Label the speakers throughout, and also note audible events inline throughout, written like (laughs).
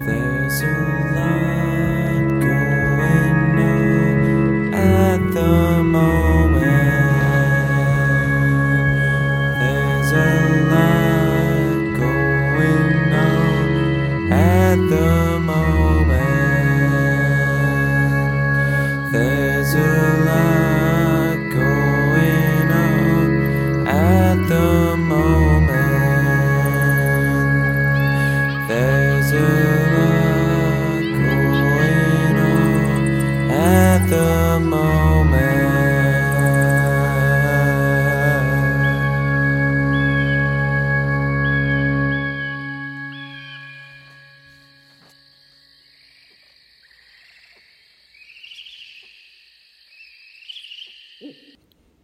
Speaker 1: a lot going on at the moment. There's a lot going on at the moment. There's a lot going on at the moment. There's a lot going on at the moment.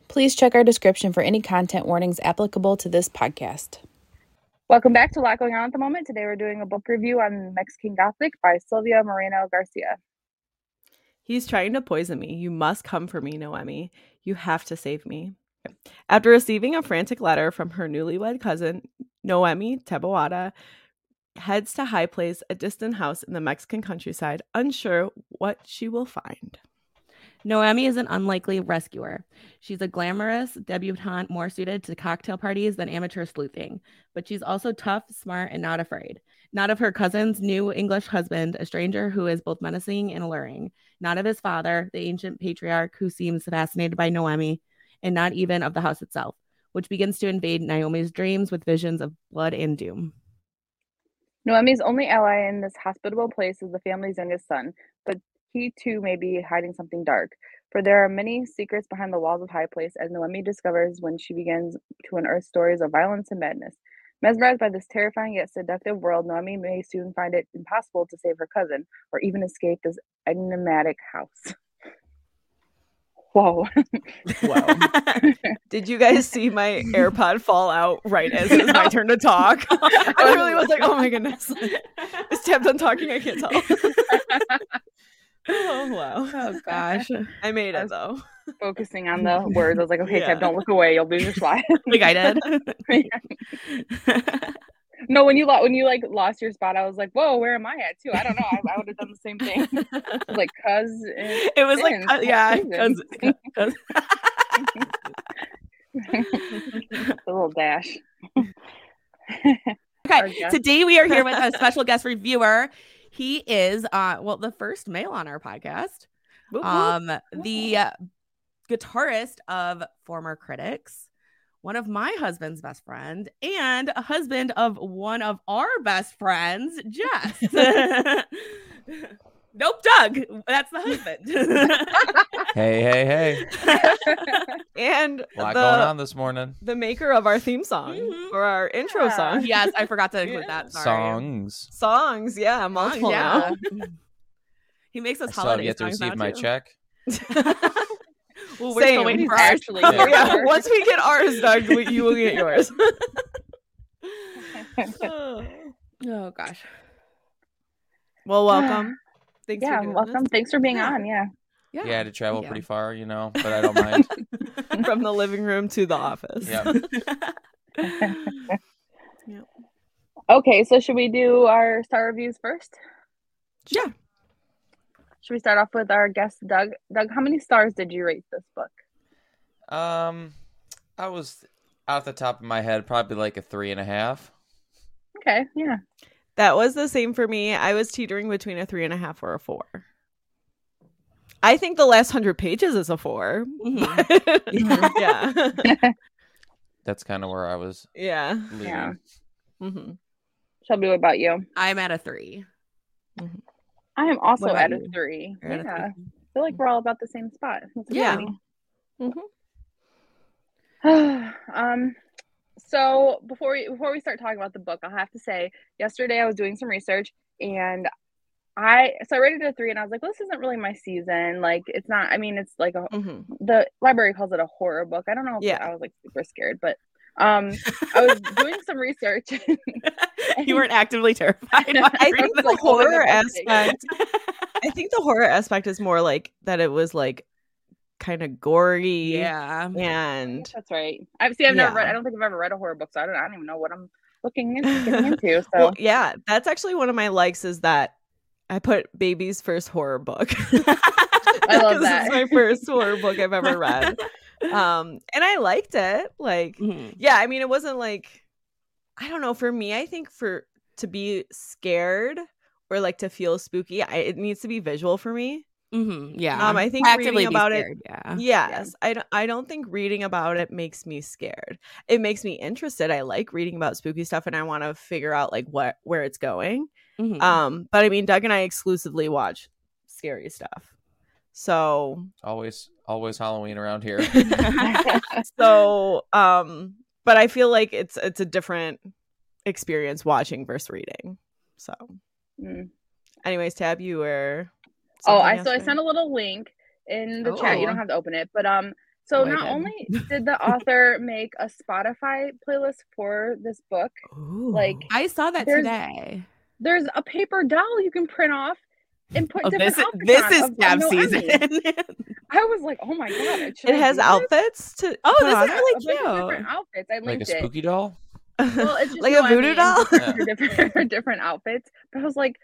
Speaker 2: Please check our description for any content warnings applicable to this podcast.
Speaker 3: Welcome back to A Lot Going On at the Moment. Today we're doing a book review on Mexican Gothic by Sylvia Moreno Garcia.
Speaker 4: He's trying to poison me. You must come for me, Noemi. You have to save me. After receiving a frantic letter from her newlywed cousin, Noemi Teboada heads to High Place, a distant house in the Mexican countryside, unsure what she will find.
Speaker 5: Noemi is an unlikely rescuer. She's a glamorous debutante more suited to cocktail parties than amateur sleuthing, but she's also tough, smart, and not afraid. Not of her cousin's new English husband, a stranger who is both menacing and alluring. Not of his father, the ancient patriarch who seems fascinated by Noemi, and not even of the house itself, which begins to invade Naomi's dreams with visions of blood and doom.
Speaker 3: Noemi's only ally in this hospitable place is the family's youngest son, but he too may be hiding something dark. For there are many secrets behind the walls of High Place, as Noemi discovers when she begins to unearth stories of violence and madness. Mesmerized by this terrifying yet seductive world, Noemi may soon find it impossible to save her cousin or even escape this enigmatic house. (laughs) Whoa.
Speaker 4: Whoa. Did you guys see (laughs) my AirPod fall out right as it was my turn to talk? (laughs) I really was like, oh my (laughs) goodness. Is Tab done talking? I can't tell. (laughs) oh, wow.
Speaker 5: Oh gosh.
Speaker 4: I made it though.
Speaker 3: Focusing on the words, I was like, okay,
Speaker 4: Yeah.
Speaker 3: Tab, don't look away. You'll lose your spot.
Speaker 5: like
Speaker 4: (laughs)
Speaker 5: I did.
Speaker 3: (laughs) no, when you lo- when you like lost your spot, I was like, whoa, where am I at too? I don't know. I, I would have done the same thing. (laughs) I was like, cuz. eh,
Speaker 5: (laughs) it was
Speaker 3: Sin.
Speaker 5: like uh, yeah,
Speaker 3: Sin.
Speaker 5: 'cause- 'cause-
Speaker 3: (laughs) the little dash. Our
Speaker 5: (laughs) Okay,
Speaker 3: guest.
Speaker 5: today we are here
Speaker 3: (laughs)
Speaker 5: with a special guest reviewer. He is, uh, well, the first male on our podcast.
Speaker 4: Whoop, whoop.
Speaker 5: Um, the uh, guitarist of former critics, one of my husband's best friend, and a husband of one of our best friends,
Speaker 3: (laughs)
Speaker 5: Jess. (laughs) nope, Doug. That's the husband.
Speaker 6: (laughs) Hey, hey, hey.
Speaker 3: (laughs)
Speaker 4: and
Speaker 6: A lot
Speaker 4: the,
Speaker 6: going on this morning.
Speaker 4: the maker of our theme song
Speaker 5: Mhm.
Speaker 4: or our intro
Speaker 3: Mm-hmm. Yeah.
Speaker 4: song.
Speaker 5: yes, I forgot to
Speaker 6: (laughs)
Speaker 5: include that. Sorry.
Speaker 6: Songs.
Speaker 4: Songs, Oh, yeah, multiple
Speaker 5: yeah. (laughs) he makes us
Speaker 6: I still have
Speaker 5: holiday
Speaker 6: yet to
Speaker 5: songs
Speaker 6: receive
Speaker 5: now,
Speaker 6: my
Speaker 5: too.
Speaker 6: check.
Speaker 3: (laughs)
Speaker 5: Well, we're still
Speaker 4: Same.
Speaker 5: waiting for ours.
Speaker 3: actually
Speaker 4: now.
Speaker 6: Yeah.
Speaker 4: (laughs) yeah, once we get ours, Doug, we- you will get yours. (laughs)
Speaker 5: Oh gosh.
Speaker 4: well, welcome. Thanks for
Speaker 3: yeah,
Speaker 4: doing
Speaker 3: welcome. Thanks for being
Speaker 5: Yeah.
Speaker 3: on. Yeah.
Speaker 6: Yeah,
Speaker 5: (laughs)
Speaker 6: I had to travel
Speaker 5: Yeah.
Speaker 6: pretty far, you know, but I don't mind.
Speaker 4: this. (laughs) From the living room to the office.
Speaker 6: yeah.
Speaker 3: Okay, so should we do our star reviews first?
Speaker 4: Yeah.
Speaker 3: Should we start off with our guest Doug? Doug, how many stars did you rate this book?
Speaker 6: Um, I was off the top of my head, probably like a three and a half.
Speaker 3: Okay, yeah.
Speaker 4: That was the same for me. I was teetering between a three and a half or a four. I think the last hundred pages is a four. (laughs)
Speaker 5: Mhm.
Speaker 3: Mm-hmm.
Speaker 4: yeah. (laughs)
Speaker 6: That's kind of where I was
Speaker 4: Yeah.
Speaker 6: leaning.
Speaker 3: Yeah.
Speaker 4: hmm
Speaker 3: Shelby, what about you?
Speaker 5: I'm at a three.
Speaker 3: I am also
Speaker 4: What about
Speaker 3: at a
Speaker 4: you?
Speaker 3: three.
Speaker 5: You're at a
Speaker 3: yeah. I
Speaker 5: three.
Speaker 3: feel like we're all about the same spot. That's
Speaker 4: Yeah.
Speaker 3: exciting.
Speaker 4: Mhm.
Speaker 3: (sighs) um so before we before we start talking about the book i'll have to say yesterday i was doing some research and i so i rated it a three and i was like well, this isn't really my season like it's not i mean it's like a
Speaker 4: hmm
Speaker 3: the library calls it a horror book i don't know if
Speaker 4: Yeah.
Speaker 3: i was like super scared but um i
Speaker 4: (laughs)
Speaker 3: was doing some research
Speaker 5: you weren't actively terrified. by (laughs)
Speaker 4: I
Speaker 5: reading
Speaker 4: think the
Speaker 5: the-
Speaker 3: like holding
Speaker 4: horror
Speaker 3: the book together.
Speaker 4: aspect. I think the horror aspect is more like that. It was like kind of gory.
Speaker 5: yeah.
Speaker 4: And
Speaker 3: (laughs) that's right i've seen i've never
Speaker 4: Yeah.
Speaker 3: read i don't think i've ever read a horror book so i don't i don't
Speaker 4: (laughs)
Speaker 3: even know what i'm looking into, getting into so
Speaker 4: Well, yeah, that's actually one of my likes is that I put baby's first horror book. (laughs)
Speaker 3: love
Speaker 4: 'Cause
Speaker 3: that.
Speaker 4: It's my first horror book I've
Speaker 5: (laughs)
Speaker 4: ever read. Um, and I liked it. Like,
Speaker 5: Mhm.
Speaker 4: yeah, I mean, it wasn't like, I don't know. For me, I think for to be scared or like to feel spooky, I, it needs to be visual for me.
Speaker 5: Mhm. Yeah.
Speaker 4: Um, I think reading
Speaker 5: be
Speaker 4: about it
Speaker 5: scared, Uh, Yeah.
Speaker 4: Yes, I don't, I don't think reading about it makes me scared. It makes me interested. I like reading about spooky stuff and I want to figure out like what where it's going.
Speaker 5: Mhm.
Speaker 4: Um but I mean Doug and I exclusively watch scary stuff.
Speaker 5: (laughs)
Speaker 4: So
Speaker 6: Always, always Halloween around here.
Speaker 3: (laughs)
Speaker 4: (laughs) so um but I feel like it's it's a different experience watching versus reading. So
Speaker 3: Mm.
Speaker 4: anyways, Tab you were
Speaker 3: Oh,
Speaker 4: something
Speaker 3: I so I
Speaker 4: else,
Speaker 3: sent a
Speaker 4: right?
Speaker 3: little link in the chat. You
Speaker 5: Oh.
Speaker 3: don't have to open it, but um, so
Speaker 4: Oh, I
Speaker 3: not
Speaker 4: did.
Speaker 3: only did the author make a Spotify playlist for this book, like
Speaker 4: Ooh.
Speaker 5: (laughs) I saw that
Speaker 3: There's-
Speaker 5: today.
Speaker 3: there's a paper doll you can print off and put
Speaker 5: Oh,
Speaker 3: different
Speaker 5: this,
Speaker 3: outfits
Speaker 5: this
Speaker 3: on
Speaker 5: is
Speaker 3: of- of
Speaker 5: tab
Speaker 3: Noemi.
Speaker 5: season. (laughs)
Speaker 3: I was like, oh my god, I- should I
Speaker 4: it
Speaker 3: do
Speaker 4: has
Speaker 3: this?
Speaker 4: outfits to
Speaker 5: Oh,
Speaker 4: put
Speaker 5: this
Speaker 4: on
Speaker 5: is
Speaker 3: Yeah,
Speaker 4: it?
Speaker 3: a
Speaker 5: really
Speaker 3: bunch of different
Speaker 5: cute.
Speaker 3: outfits. I
Speaker 6: like a
Speaker 3: linked it.
Speaker 6: spooky doll.
Speaker 3: Well,
Speaker 4: (laughs)
Speaker 3: it's just
Speaker 4: like
Speaker 3: Noemi
Speaker 4: a voodoo
Speaker 3: in (laughs)
Speaker 5: (laughs)
Speaker 4: doll.
Speaker 6: Yeah.
Speaker 3: For different, (laughs) for different outfits, but I was like,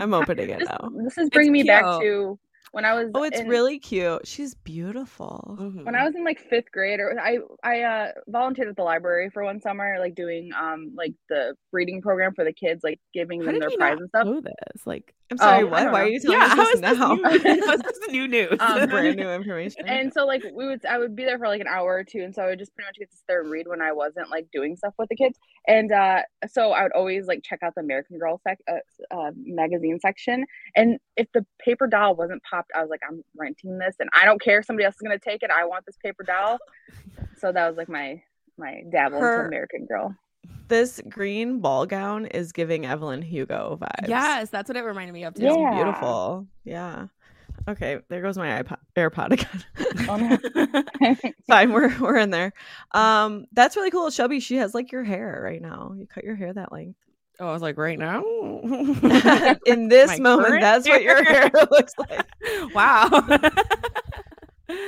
Speaker 4: I'm opening it
Speaker 3: this,
Speaker 4: now.
Speaker 3: this is bringing me back
Speaker 5: cute.
Speaker 3: to when I was.
Speaker 4: Oh, it's
Speaker 3: in-
Speaker 4: really cute. She's beautiful.
Speaker 5: Mhm.
Speaker 3: when I was in like fifth grade, or I I uh, volunteered at the library for one summer, like doing um like the reading program for the kids, like giving
Speaker 5: How
Speaker 3: them
Speaker 5: did
Speaker 3: their
Speaker 5: we
Speaker 3: prize
Speaker 5: not
Speaker 3: and stuff.
Speaker 5: know this? Like,
Speaker 4: Oh. I'm sorry,
Speaker 3: Oh, I
Speaker 4: what?
Speaker 3: don't
Speaker 4: Why
Speaker 3: know.
Speaker 4: are you telling
Speaker 5: yeah,
Speaker 4: us
Speaker 5: (laughs) how
Speaker 4: this
Speaker 5: is this
Speaker 4: now? (laughs)
Speaker 5: new? (laughs) how is this the Oh, new news?
Speaker 3: Um,
Speaker 5: (laughs)
Speaker 4: Brand new information.
Speaker 3: And so like we would I would be there for like an hour or two, and so I would just pretty much get to sit there and read when I wasn't like doing stuff with the kids. And uh, so I would always like check out the American Girl sec- uh, uh, magazine section, and if the paper doll wasn't popped, I was like, I'm renting this, and I don't care if somebody else is gonna take it. I want this paper doll. So that was like my my dabble
Speaker 4: Her-
Speaker 3: into American Girl.
Speaker 4: (laughs) this green ball gown is giving Evelyn Hugo vibes.
Speaker 5: yes, that's what it reminded me of too.
Speaker 4: It's
Speaker 3: Yeah.
Speaker 4: beautiful. Yeah. Okay, there goes my iPod AirPod again.
Speaker 3: Oh, no.
Speaker 4: (laughs) Fine, we're we're in there. Um, that's really cool. Shelby, she has like your hair right now. You cut your hair that length.
Speaker 5: Oh, I was like,
Speaker 4: (laughs)
Speaker 5: right now. (laughs)
Speaker 4: in this
Speaker 5: My
Speaker 4: moment,
Speaker 5: current
Speaker 4: that's what your hair (laughs)
Speaker 5: hair.
Speaker 4: looks like.
Speaker 5: wow.
Speaker 4: (laughs)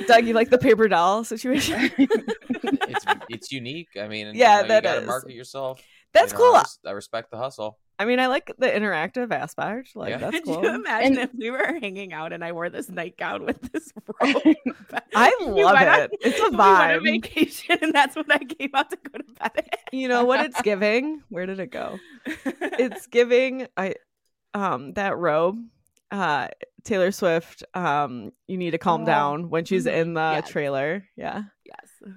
Speaker 4: Doug, you
Speaker 5: (laughs)
Speaker 4: like the paper doll situation?
Speaker 6: It's it's unique. I mean, you,
Speaker 4: Yeah,
Speaker 6: know, you
Speaker 4: that
Speaker 6: gotta
Speaker 4: is.
Speaker 6: market yourself. You
Speaker 4: That's
Speaker 6: know,
Speaker 4: cool.
Speaker 6: I, res- I respect the hustle.
Speaker 4: I mean, I like the interactive aspect. Like
Speaker 6: Yeah.
Speaker 5: (laughs)
Speaker 4: that's
Speaker 5: Could
Speaker 4: cool.
Speaker 5: you imagine
Speaker 3: And-
Speaker 5: if we were hanging out and I wore this nightgown with
Speaker 4: (laughs)
Speaker 5: this (laughs) robe?
Speaker 4: I
Speaker 3: (laughs)
Speaker 5: We
Speaker 4: love
Speaker 5: went on-
Speaker 4: it. It's a
Speaker 5: (laughs) we went on
Speaker 4: vibe.
Speaker 5: vacation, and that's when I came out to go to bed.
Speaker 4: (laughs) you know what it's giving? Where did it go?
Speaker 5: it's
Speaker 4: It's giving I um that robe. Uh Taylor Swift, um, you need to calm
Speaker 3: Oh.
Speaker 4: down when she's
Speaker 5: Mhm.
Speaker 4: in the
Speaker 5: Yes.
Speaker 4: trailer. Yeah.
Speaker 5: (laughs) yes.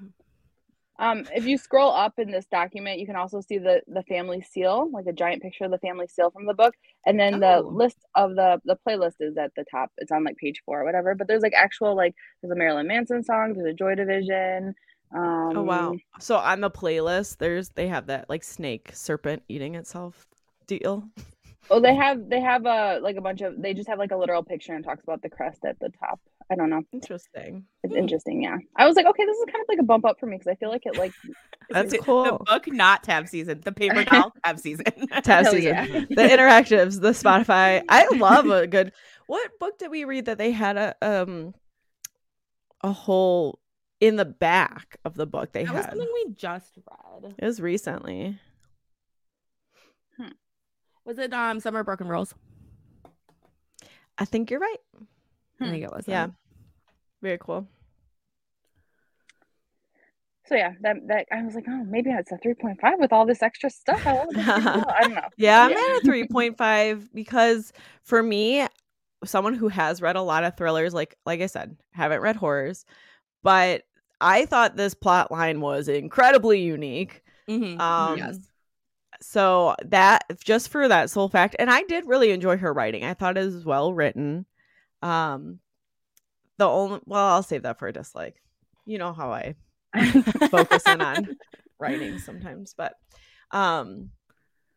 Speaker 3: Um, if you scroll up in this document, you can also see the the family seal, like a giant picture of the family seal from the book, and then the
Speaker 5: Oh.
Speaker 3: list of the the playlist is at the top. It's on like page four or whatever. But there's like actual like there's a Marilyn Manson song, there's a Joy Division. Um,
Speaker 4: Oh wow. So on the playlist, there's they have that like snake serpent eating itself deal.
Speaker 3: Oh, they have they have a like a bunch of they just have like a literal picture and talks about the crest at the top. I don't know.
Speaker 4: Interesting.
Speaker 3: It's interesting. Yeah, I was like, okay, this is kind of like a bump up for me because I feel like it like
Speaker 4: That's
Speaker 5: The- The
Speaker 4: cool.
Speaker 5: book, not tab season.
Speaker 4: (laughs)
Speaker 5: The paper doll, tab season. (laughs)
Speaker 4: Tab
Speaker 3: hell
Speaker 4: season.
Speaker 3: yeah.
Speaker 4: (laughs) the interactives, the Spotify. I love a good. What book did we read that they had a um a whole in the back of the book they
Speaker 5: That was
Speaker 4: had?
Speaker 5: something we just read.
Speaker 4: It was recently.
Speaker 5: Was it um Summer Broken Rules?
Speaker 4: I think you're right.
Speaker 5: I think it was.
Speaker 4: Hmm. Yeah.
Speaker 5: that.
Speaker 4: Very cool.
Speaker 3: So yeah, that that I was like, oh, maybe it's a three point five with all this extra stuff. I,
Speaker 4: (laughs)
Speaker 3: love it. I don't know.
Speaker 4: Yeah, I'm
Speaker 3: Yeah.
Speaker 4: at a (laughs) 3.5 because for me, someone who has read a lot of thrillers, like like I said, haven't read horrors, but I thought this plot line was incredibly unique.
Speaker 5: Mhm.
Speaker 4: Um,
Speaker 5: yes.
Speaker 4: (laughs) so that just for that sole fact and i did really enjoy her writing i thought it was well written um the only well i'll save that for a dislike you know how i focus in
Speaker 5: (laughs)
Speaker 4: on writing sometimes but um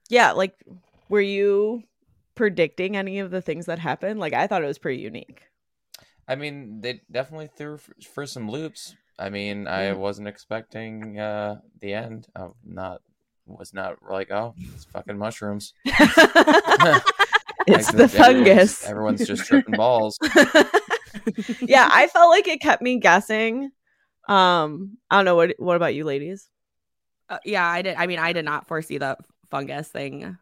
Speaker 4: yeah like were you predicting any of the things that happened like i thought it was pretty unique
Speaker 6: I mean, they definitely threw for, for some loops. I mean, I
Speaker 4: Yeah.
Speaker 6: wasn't expecting uh, the end. I not was not like, oh, it's fucking mushrooms.
Speaker 4: (laughs)
Speaker 6: (laughs)
Speaker 4: it's
Speaker 6: Like,
Speaker 4: the
Speaker 6: everyone's-
Speaker 4: fungus
Speaker 6: Everyone's just tripping
Speaker 4: (laughs)
Speaker 6: balls.
Speaker 4: yeah, I felt like it kept me guessing. Um, I don't know what what about you ladies?
Speaker 5: Uh, yeah, I did. I mean, I did not foresee the fungus thing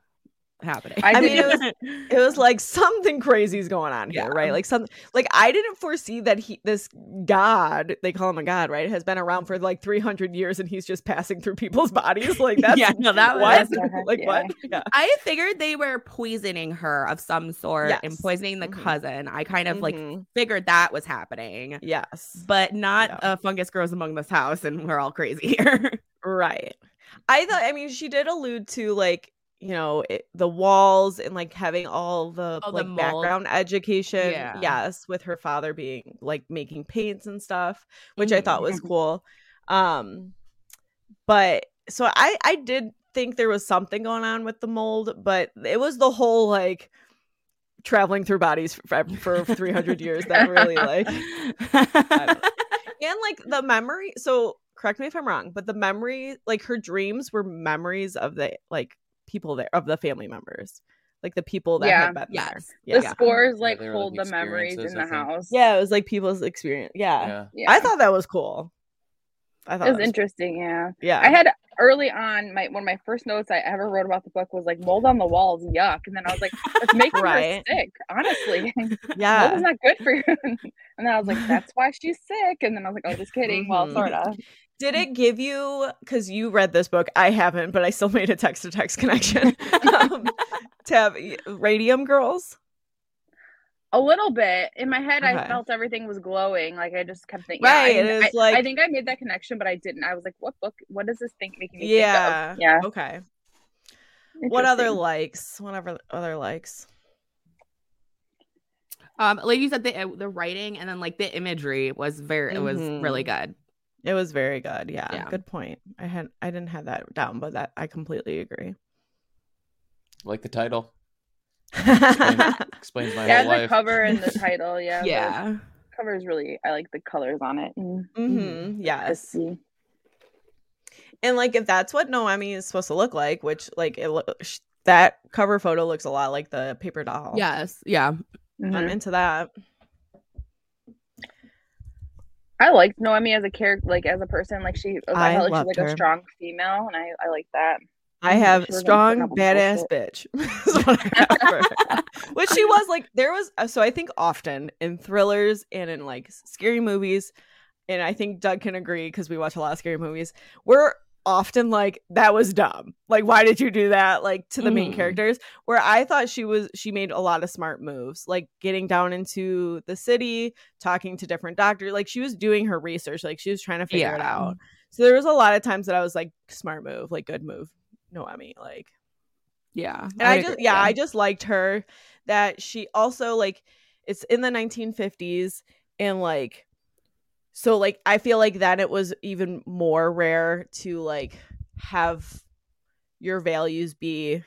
Speaker 5: happening.
Speaker 3: I
Speaker 4: I mean,
Speaker 3: didn't-
Speaker 4: it It was like something crazy's going on here,
Speaker 5: Yeah.
Speaker 4: right? Like something like I didn't foresee that he this god, they call him a god, right? Has been around for like 300 years and he's just passing through people's bodies like that's
Speaker 5: (laughs) yeah, no, that was.
Speaker 4: what?
Speaker 3: that's what I heard,
Speaker 4: (laughs)
Speaker 5: (laughs)
Speaker 4: like what? Yeah.
Speaker 5: I figured they were poisoning her of some sort and
Speaker 4: Yes.
Speaker 5: poisoning the
Speaker 4: Mhm.
Speaker 5: cousin. I kind of like
Speaker 4: Mhm.
Speaker 5: figured that was happening,
Speaker 4: yes.
Speaker 5: but not
Speaker 4: Yeah.
Speaker 5: a fungus grows among this house and we're all crazy here.
Speaker 4: Right. I thought I mean she did allude to like you know it, the walls and like having all the
Speaker 5: Oh, the
Speaker 4: like
Speaker 5: mold.
Speaker 4: background education
Speaker 5: Yeah.
Speaker 4: yes with her father being like making paints and stuff which I
Speaker 5: Mm-hmm.
Speaker 4: thought was cool um but so I I did think there was something going on with the mold but it was the whole like traveling through bodies for, for 300 years that really
Speaker 5: (laughs)
Speaker 4: like don't and like the memory so correct me if i'm wrong but the memory like her dreams were memories of the like people there of the family members like the people that
Speaker 3: Yeah.
Speaker 4: had been
Speaker 5: Yes.
Speaker 4: there
Speaker 3: The
Speaker 4: yeah.
Speaker 3: spores
Speaker 6: Yeah,
Speaker 3: like
Speaker 6: they were, like,
Speaker 3: hold the memories in
Speaker 6: experiences,
Speaker 3: the
Speaker 6: I think.
Speaker 3: house.
Speaker 4: yeah it was like people's experience yeah,
Speaker 6: Yeah.
Speaker 3: Yeah.
Speaker 4: i thought that was cool i thought
Speaker 3: it was
Speaker 4: that was-
Speaker 3: interesting. Yeah,
Speaker 4: yeah
Speaker 3: I had early on my one of my first notes I ever wrote about the book was like mold on the walls, yuck. And then I was like, it's making
Speaker 4: Right. Uh.
Speaker 3: her sick. Honestly, (laughs) mold
Speaker 4: (laughs) yeah
Speaker 3: is not good for you. (laughs) and then I was like, that's why she's sick. And then I was like, oh, just kidding. Well,
Speaker 4: Mhm.
Speaker 3: sort of.
Speaker 4: did it give you because you read this book i haven't but i still (laughs) made a text to text connection
Speaker 3: (laughs)
Speaker 4: um, tab radium girls
Speaker 3: A little bit in my head, I
Speaker 4: Okay.
Speaker 3: felt everything was glowing. Like I just kept thinking,
Speaker 4: Right,
Speaker 3: Yeah, I,
Speaker 4: it
Speaker 3: I-
Speaker 4: is like-
Speaker 3: I think I made that connection, but I didn't. I was like, what book? What does this thing making me?
Speaker 4: yeah
Speaker 3: Think of? Yeah.
Speaker 4: okay what other
Speaker 3: interesting.
Speaker 4: likes what other other likes
Speaker 5: um, like you said, the uh, the writing and then like the imagery was very it was really
Speaker 4: Mm-hmm.
Speaker 5: good.
Speaker 4: It was very good. Yeah.
Speaker 5: Yeah.
Speaker 4: Good point. I had I didn't have that down, but that I completely agree.
Speaker 6: Like the title
Speaker 4: (laughs) yeah.
Speaker 6: explains my
Speaker 3: Yeah,
Speaker 6: whole
Speaker 3: the
Speaker 6: life.
Speaker 3: cover and
Speaker 4: (laughs)
Speaker 3: the title. Yeah. the
Speaker 5: Yeah,
Speaker 3: cover is really. I like the colors on it. Mm. And
Speaker 5: Mm-hmm.
Speaker 4: hmm Yes.
Speaker 3: see.
Speaker 4: And like if that's what Noemi is supposed to look like, which like it lo- sh- that cover photo looks a lot like the paper doll.
Speaker 5: yes, yeah.
Speaker 3: Mm-hmm.
Speaker 5: Mm-hmm.
Speaker 4: I'm into that.
Speaker 3: I liked Noemi as a character, like as a person. Like she, I,
Speaker 4: I
Speaker 3: felt like
Speaker 4: loved
Speaker 3: she's like
Speaker 4: her.
Speaker 3: a strong female, and I, I like that.
Speaker 4: I
Speaker 3: Mhm,
Speaker 4: have
Speaker 3: she was gonna put
Speaker 4: strong
Speaker 3: up with
Speaker 4: badass bitch. (laughs) is what I got for her. Which she was like there was uh, so I think often in thrillers and in like scary movies, and I think Doug can agree because we watch a lot of scary movies. We're often like that was dumb. Like why did you do that? Like to the main
Speaker 5: Mhm.
Speaker 4: characters. Where I thought she was she made a lot of smart moves, like getting down into the city, talking to different doctors. Like she was doing her research. Like she was trying to figure it
Speaker 5: Yeah.
Speaker 4: out. So there was a lot of times that I was like, smart move, like good move. No, I mean, like,
Speaker 5: Yeah.
Speaker 4: and I,
Speaker 5: would
Speaker 4: just,
Speaker 5: agree,
Speaker 4: yeah, I just liked her that she also like, it's in the 1950s and like, so like I feel like then it was even more rare to like have your values be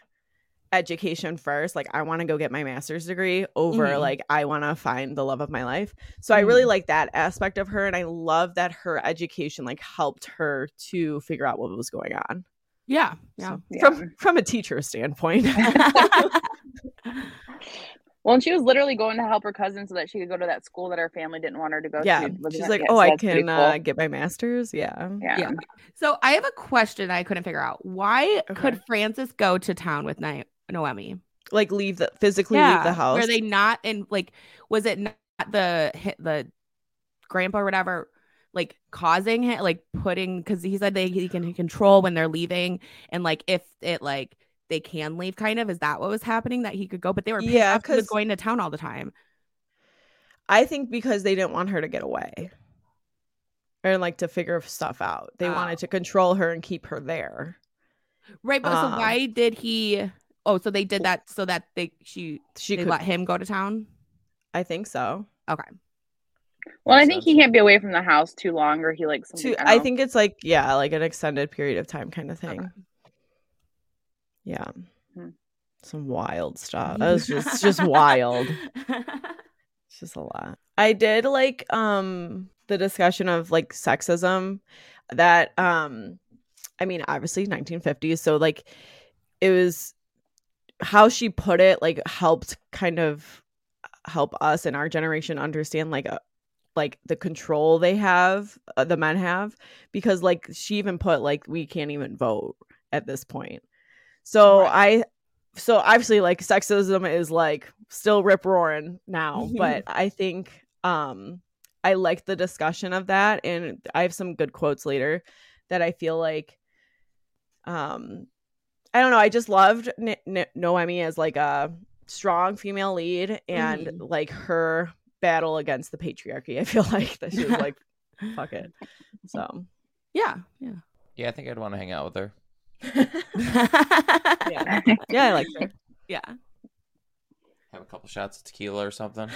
Speaker 4: education first. Like I want to go get my master's degree over
Speaker 5: Mhm.
Speaker 4: like I want to find the love of my life. So I really
Speaker 5: Mhm.
Speaker 4: like that aspect of her and I love that her education like helped her to figure out what was going on.
Speaker 5: yeah, yeah.
Speaker 4: So,
Speaker 3: Yeah.
Speaker 4: From from a teacher standpoint. (laughs)
Speaker 3: Well, and she was literally going to help her cousin so that she could go to that school that her family didn't want her to go
Speaker 4: yeah.
Speaker 3: to. Wasn't
Speaker 4: She's
Speaker 3: it?
Speaker 4: like,
Speaker 3: Yeah,
Speaker 4: "Oh,
Speaker 3: so
Speaker 4: I
Speaker 3: that's pretty
Speaker 4: can uh,
Speaker 3: cool.
Speaker 4: get my master's." Yeah.
Speaker 3: yeah.
Speaker 5: yeah. So I have a question I couldn't figure out. Why could Francis go to town with Ni- Noemi?
Speaker 4: Like leave the physically leave the house.
Speaker 5: Were they not in like was it not the hi- the grandpa or whatever like causing him like putting cuz he said they he can control when they're leaving and like if it like they can leave kind of is that what was happening that he could go but they were pissed
Speaker 4: Yeah,
Speaker 5: off he was
Speaker 4: 'cause-
Speaker 5: going to town all the time.
Speaker 4: I think because they didn't want her to get away. Or like to figure stuff out. They
Speaker 5: Ah.
Speaker 4: wanted to control her and keep her there.
Speaker 5: Right, but
Speaker 4: Um,
Speaker 5: so why did he Oh, so they did that so that they she
Speaker 4: She
Speaker 5: they
Speaker 4: could
Speaker 5: let him go to town?
Speaker 4: I think so.
Speaker 3: Well, I
Speaker 6: Makes
Speaker 3: think
Speaker 6: sense.
Speaker 3: he can't be away from the house too long, or he like something.
Speaker 4: To,
Speaker 3: don't
Speaker 4: I
Speaker 3: know.
Speaker 4: think it's like yeah, like an extended period of time kind of thing. Yeah.
Speaker 3: Hmm.
Speaker 4: Some wild
Speaker 5: (laughs)
Speaker 4: stuff. Ah, That was just just (laughs) wild. It's just a lot. I did like um the discussion of like sexism that um I mean obviously 1950s so like it was how she put it like helped kind of help us in our generation understand like uh like the control they have uh, the men have because like she even put like we can't even vote at this point. So I so obviously like sexism is like still rip roaring now but i think um i like the discussion of that and i have some good quotes later that i feel like um i don't know i just loved N- N- noemi as like a strong female lead and like her battle against the patriarchy i feel (laughs) like that she was like fuck it so
Speaker 5: Yeah. Yeah.
Speaker 6: Yeah, I think I'd want to hang out with her.
Speaker 5: yeah.
Speaker 4: yeah i like her
Speaker 6: Have a couple shots of tequila or something.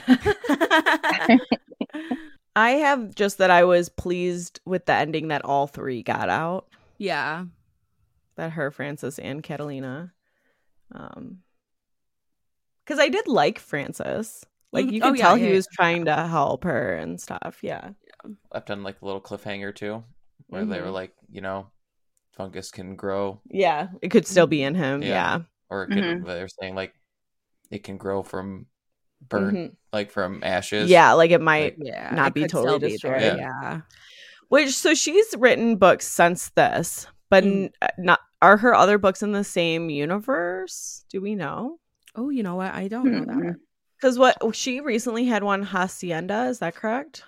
Speaker 4: I have just that I was pleased with the ending that all three got out.
Speaker 5: yeah.
Speaker 4: That her, Francis, and Catalina. Um because I did like Francis. Like
Speaker 5: Mhm.
Speaker 4: you
Speaker 5: Oh,
Speaker 4: can
Speaker 5: yeah,
Speaker 4: tell
Speaker 5: yeah,
Speaker 4: he
Speaker 5: yeah.
Speaker 4: was trying to help her and stuff. Yeah.
Speaker 6: Left on like a little cliffhanger too, where they
Speaker 5: Mm-hmm.
Speaker 6: were
Speaker 4: Mhm.
Speaker 6: like, you know, fungus can grow,
Speaker 4: Yeah. It could
Speaker 5: Mm-hmm.
Speaker 4: still be in him.
Speaker 6: Yeah.
Speaker 4: Yeah.
Speaker 6: or it can,
Speaker 4: Mm-hmm.
Speaker 6: they're saying like it can grow from burnt,
Speaker 4: Mhm.
Speaker 6: like from ashes.
Speaker 4: Yeah, like it might
Speaker 5: Yeah.
Speaker 4: Not
Speaker 5: it
Speaker 4: be
Speaker 5: could
Speaker 4: totally
Speaker 5: still be there,
Speaker 6: destroyed.
Speaker 5: Yeah.
Speaker 4: which so she's written books since this, but
Speaker 5: Mhm.
Speaker 4: n- uh, not are her other books in the same universe? Do we know?
Speaker 5: Oh, you know what? I don't know that.
Speaker 4: Because what oh, she recently had one Hacienda, is that correct?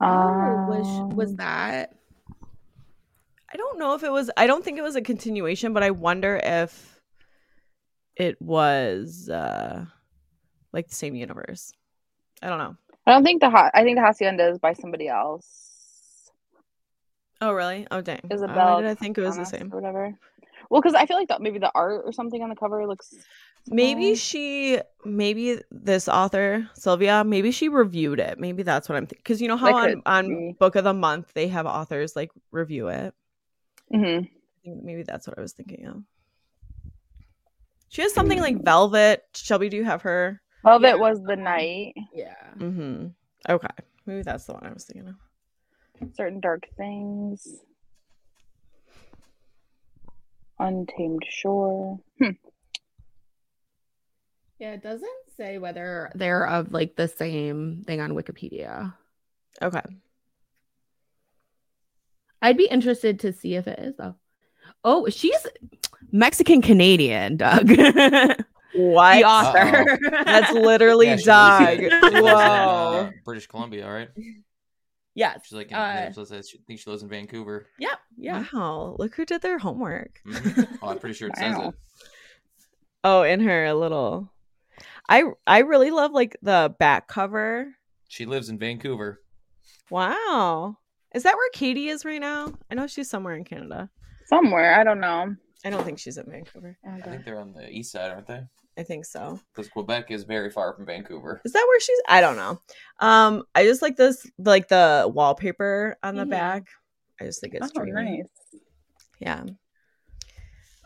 Speaker 5: Oh, was sh-
Speaker 4: Um,
Speaker 3: Um,
Speaker 5: was that?
Speaker 4: I don't know if it was. I don't think it was a continuation, but I wonder if it was uh like the same universe. I don't know.
Speaker 3: I don't think the ha- I think the hacienda is by somebody else.
Speaker 4: Oh really? Oh dang. Oh,
Speaker 3: Isabel.
Speaker 4: Why did I think it was the
Speaker 3: Castellanos
Speaker 4: same?
Speaker 3: Or whatever. Well, because I feel like that maybe the art or something on the cover looks.
Speaker 4: Maybe
Speaker 3: similar.
Speaker 4: she, maybe this author Sylvia, maybe she reviewed it. Maybe that's what I'm thinking. Because you know how
Speaker 3: That
Speaker 4: on
Speaker 3: could
Speaker 4: on
Speaker 3: be.
Speaker 4: Book of the Month they have authors like review it.
Speaker 3: Mhm.
Speaker 4: I think Maybe that's what I was thinking of. She has something like
Speaker 3: Mm.
Speaker 4: Velvet. Shelby, do you have her?
Speaker 3: Well, that
Speaker 5: Yeah.
Speaker 3: was the night.
Speaker 5: Yeah.
Speaker 4: Mm-hmm. Okay. Maybe that's the one I was thinking of.
Speaker 3: Certain dark things. Untamed shore. Hmm.
Speaker 5: Yeah, it doesn't say whether they're of like the same thing on Wikipedia.
Speaker 4: Okay.
Speaker 5: I'd be interested to see if it is though. Oh, she's Mexican Canadian, Doug. (laughs) the
Speaker 4: What?
Speaker 5: author. (laughs)
Speaker 4: That's
Speaker 6: (laughs)
Speaker 4: literally
Speaker 6: Yeah, she
Speaker 4: Doug.
Speaker 6: lives in- she lives in,
Speaker 4: Whoa.
Speaker 6: uh, British Columbia, all right?
Speaker 5: yes.
Speaker 6: She's like, in,
Speaker 5: uh,
Speaker 6: I think she lives in Vancouver.
Speaker 5: yep. Yeah.
Speaker 4: Wow. Look who did their homework.
Speaker 6: Mhm. Oh, I'm pretty sure it says
Speaker 3: Wow.
Speaker 6: it.
Speaker 4: Oh, in her little. I I really love like the back cover.
Speaker 6: She lives in Vancouver.
Speaker 4: Wow. Is that where Katie is right now? I know she's somewhere in Canada.
Speaker 3: Somewhere. I don't know.
Speaker 4: I don't think she's in Vancouver.
Speaker 3: Oh,
Speaker 6: I think
Speaker 3: God.
Speaker 6: they're on the east side, aren't they?
Speaker 4: I think so.
Speaker 6: Because Quebec is very far from Vancouver.
Speaker 4: Is that where she's? I don't know. Um, I just like this, like the wallpaper on the
Speaker 5: Mhm.
Speaker 4: back. I just think it's
Speaker 3: Oh,
Speaker 4: dreamy.
Speaker 3: nice.
Speaker 4: Yeah.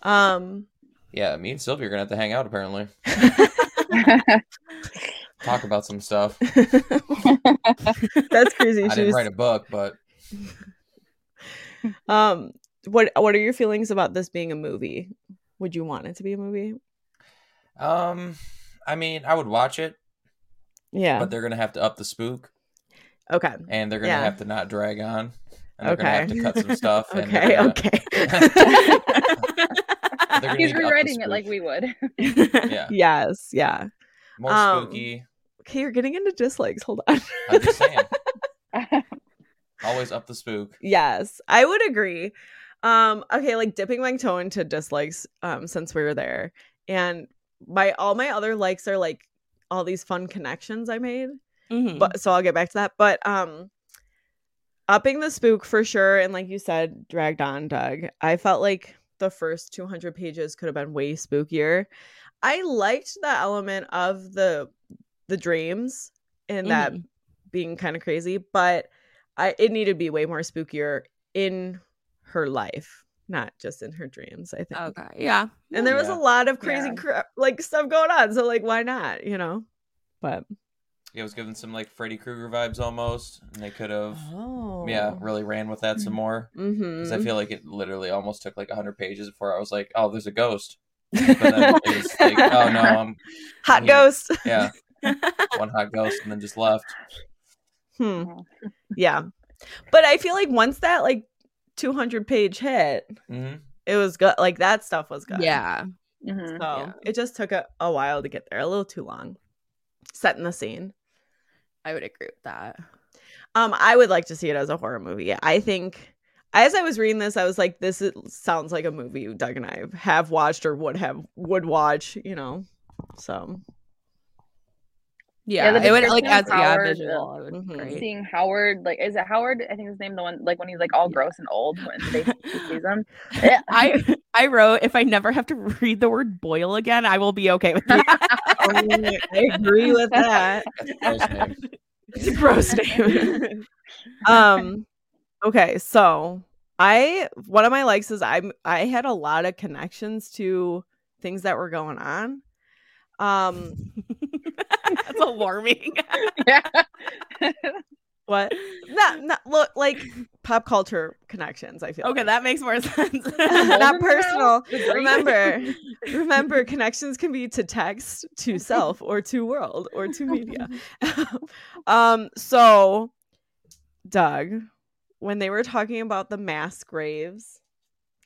Speaker 4: Um. (laughs)
Speaker 6: Yeah, me and Sylvia are gonna have to hang out apparently.
Speaker 3: (laughs)
Speaker 6: Talk about some stuff.
Speaker 4: That's crazy.
Speaker 6: I
Speaker 4: (laughs) She
Speaker 6: didn't
Speaker 4: was,
Speaker 6: write a book, but
Speaker 4: um what what are your feelings about this being a movie? Would you want it to be a movie?
Speaker 6: um, I mean, I would watch it,
Speaker 4: Yeah.
Speaker 6: but they're gonna have to up the spook,
Speaker 4: okay.
Speaker 6: and they're gonna
Speaker 4: Yeah.
Speaker 6: have to not drag on, and they're gonna
Speaker 4: Okay.
Speaker 6: have to cut some stuff. and they're
Speaker 4: (laughs) Okay.
Speaker 6: gonna- (laughs) (laughs)
Speaker 4: Okay. (laughs)
Speaker 6: they're gonna need
Speaker 3: He's
Speaker 6: to up the
Speaker 3: rewriting it like
Speaker 6: spook.
Speaker 3: we would. (laughs)
Speaker 6: Yeah,
Speaker 4: yes, yeah.
Speaker 6: more
Speaker 4: Um,
Speaker 6: spooky.
Speaker 4: Okay, you're getting into dislikes. Hold on.
Speaker 6: I'm just saying, always up the spook.
Speaker 4: (laughs) yes, I would agree. Um okay, like dipping my toe into dislikes um since we were there. And my all my other likes are like all these fun connections I made.
Speaker 5: Mhm.
Speaker 4: but so I'll get back to that. But um upping the spook for sure, and like you said, dragged on, Doug. I felt like the first 200 pages could have been way spookier. I liked the element of the the dreams and that
Speaker 5: Mhm.
Speaker 4: being kind of crazy, but I it needed to be way more spookier in her life, not just in her dreams. I think.
Speaker 5: Mm-hmm. Okay. Yeah.
Speaker 4: And there was a
Speaker 6: Yeah.
Speaker 4: lot of crazy
Speaker 3: Yeah.
Speaker 4: crap like stuff going on, so like why not, you know? But
Speaker 6: Yeah, it was giving some like Freddy Krueger vibes almost, and they could have,
Speaker 4: oh
Speaker 6: yeah, really ran with that some more.
Speaker 4: Mm-hmm.
Speaker 6: Because I feel like it literally almost took like 100 pages before I was like, oh, there's a ghost. But then
Speaker 4: (laughs)
Speaker 6: it was like, oh no, I'm,
Speaker 4: Hot
Speaker 6: Yeah.
Speaker 4: ghost. (laughs)
Speaker 6: yeah, one hot ghost, and then just left.
Speaker 4: Hmm. (laughs)
Speaker 3: Wow.
Speaker 4: Yeah. But I feel like once that like 200 page hit,
Speaker 6: hmm
Speaker 4: It was good. Like that stuff was good.
Speaker 5: Yeah.
Speaker 4: So
Speaker 3: Mhm.
Speaker 4: it just took a, a while to get there, a little too long. Setting the scene.
Speaker 5: I would agree with that.
Speaker 4: Um, I would like to see it as a horror movie. I think as I was reading this, I was like, this is, sounds like a movie Doug and I have watched or would have would watch, you know. So
Speaker 5: Yeah.
Speaker 3: the
Speaker 5: it would like
Speaker 3: description
Speaker 5: as
Speaker 3: of
Speaker 5: yeah,
Speaker 3: Howard, uh,
Speaker 5: visual. It would be
Speaker 4: mhm.
Speaker 5: great.
Speaker 3: Seeing Howard, like, is it Howard? I think his name, the one, like, when he's like all gross and old
Speaker 6: (laughs)
Speaker 3: when they he sees him. Yeah.
Speaker 5: (laughs) I I wrote if I never have to read the word boil again, I will be okay with (laughs) that.
Speaker 4: (laughs) I agree with that.
Speaker 6: That's the first name.
Speaker 4: It's a gross name. (laughs) um okay, so I one of my likes is I'm I had a lot of connections to things that were going on. Um
Speaker 5: That's alarming.
Speaker 3: Yeah.
Speaker 4: what not not look like pop culture connections, I feel
Speaker 5: okay,
Speaker 4: like.
Speaker 5: that makes more (laughs) sense.
Speaker 4: (laughs) not
Speaker 3: Golden Girls?
Speaker 4: personal. Remember, remember, connections can be to text, to self, or to world, or to media. (laughs) um, so, Doug, when they were talking about the mass graves,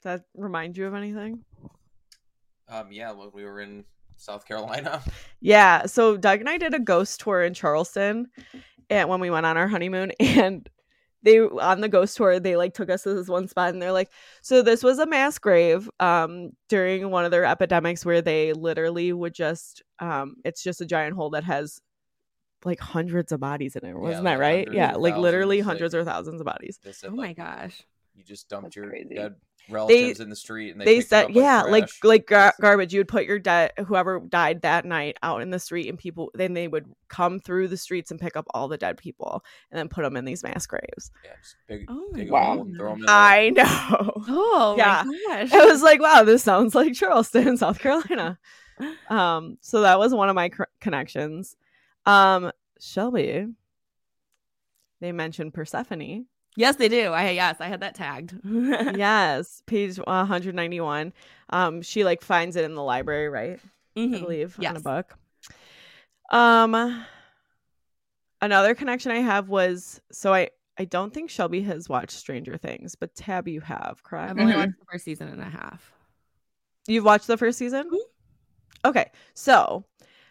Speaker 4: does that remind you of anything?
Speaker 6: Um, yeah, when we were in South Carolina. (laughs)
Speaker 4: Yeah. So Doug and I did a ghost tour in Charleston, and when we went on our honeymoon, (laughs) and they on the ghost tour they like took us to this one spot, and they're like, so this was a mass grave um during one of their epidemics where they literally would just um it's just a giant hole that has like hundreds of bodies in it. Wasn't
Speaker 6: like
Speaker 4: that right?
Speaker 6: hundreds
Speaker 4: Yeah,
Speaker 6: or
Speaker 4: like literally
Speaker 6: thousands, like-
Speaker 4: hundreds or thousands of bodies.
Speaker 6: They said,
Speaker 5: oh my
Speaker 6: like,
Speaker 5: gosh.
Speaker 6: You just dumped
Speaker 3: That's
Speaker 6: your
Speaker 3: crazy.
Speaker 6: dead relatives in the street, and they,
Speaker 4: they
Speaker 6: picked
Speaker 4: said
Speaker 6: them up
Speaker 4: yeah like
Speaker 6: trash.
Speaker 4: like uh, gar-
Speaker 6: That's-
Speaker 4: garbage you would put your dead whoever died that night out in the street and people then they would come through the streets and pick up all the dead people and then put them in these mass graves
Speaker 6: yeah, just big,
Speaker 5: Oh my
Speaker 6: dig a
Speaker 3: Wow.
Speaker 6: hole and throw them in the-
Speaker 4: i know (laughs)
Speaker 5: Oh
Speaker 4: Yeah.
Speaker 5: my gosh.
Speaker 4: i was like wow this sounds like charleston south carolina um so that was one of my cr- connections um shelby they
Speaker 6: (laughs)
Speaker 4: mentioned persephone
Speaker 5: (laughs) yes, they do. I yes, I had that tagged. (laughs)
Speaker 4: yes page 191 um she like finds it in the library right I
Speaker 5: Mhm.
Speaker 4: believe, on a
Speaker 5: Yes.
Speaker 4: book. Um, another connection I have was so I I don't think Shelby has watched Stranger Things, but Tab, you have correct.
Speaker 5: I've only
Speaker 3: Mhm.
Speaker 5: watched the first season and a half.
Speaker 4: You've watched the first season.
Speaker 5: Mhm.
Speaker 4: Okay, so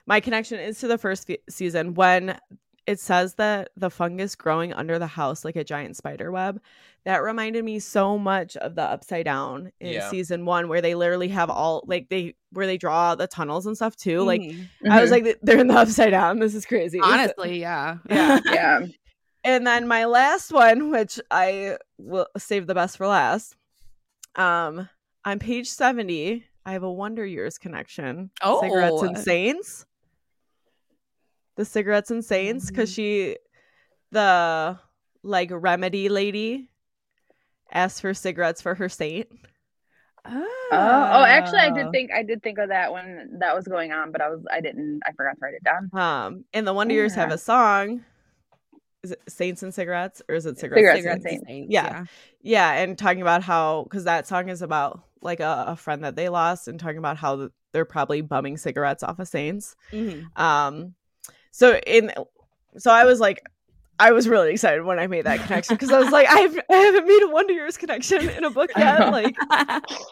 Speaker 4: my connection is to the first fe- season when it says that the fungus growing under the house like a giant spider web. That reminded me so much of the Upside Down in
Speaker 6: Yeah.
Speaker 4: season one, where they literally have all like they where they draw the tunnels and stuff too, like.
Speaker 5: Mhm.
Speaker 4: I
Speaker 3: Mm-hmm.
Speaker 4: was like, they're in the upside down. This is crazy. (laughs)
Speaker 5: honestly, (laughs) yeah.
Speaker 4: Yeah.
Speaker 3: Mm-hmm. yeah.
Speaker 4: And then my last one, which I will save the best for last. Um, on page 70, I have a Wonder Years connection. Cigarettes and
Speaker 5: Oh.
Speaker 4: Saints. The Cigarettes and Saints, because she, the like remedy lady, asked for cigarettes for her saint.
Speaker 5: Oh,
Speaker 3: Oh, oh, actually, I
Speaker 5: Ah.
Speaker 3: did think I did think of that when that was going on, but I was I didn't I forgot to write it down. (laughs)
Speaker 4: Um, and the Wonder Years have
Speaker 3: Yeah.
Speaker 4: a song. Is it Saints and Cigarettes or is it Cigarettes?
Speaker 3: Cigarettes
Speaker 4: and
Speaker 3: and
Speaker 4: Saints?
Speaker 3: Saints.
Speaker 4: Yeah. yeah and talking about how because that song is about like a, a friend that they lost and talking about how th- they're probably bumming cigarettes off of saints
Speaker 5: (laughs) Mhm.
Speaker 4: um so in so i was like i was really excited when i made that connection because i was like I've, i haven't made a wonder years connection in a book yet like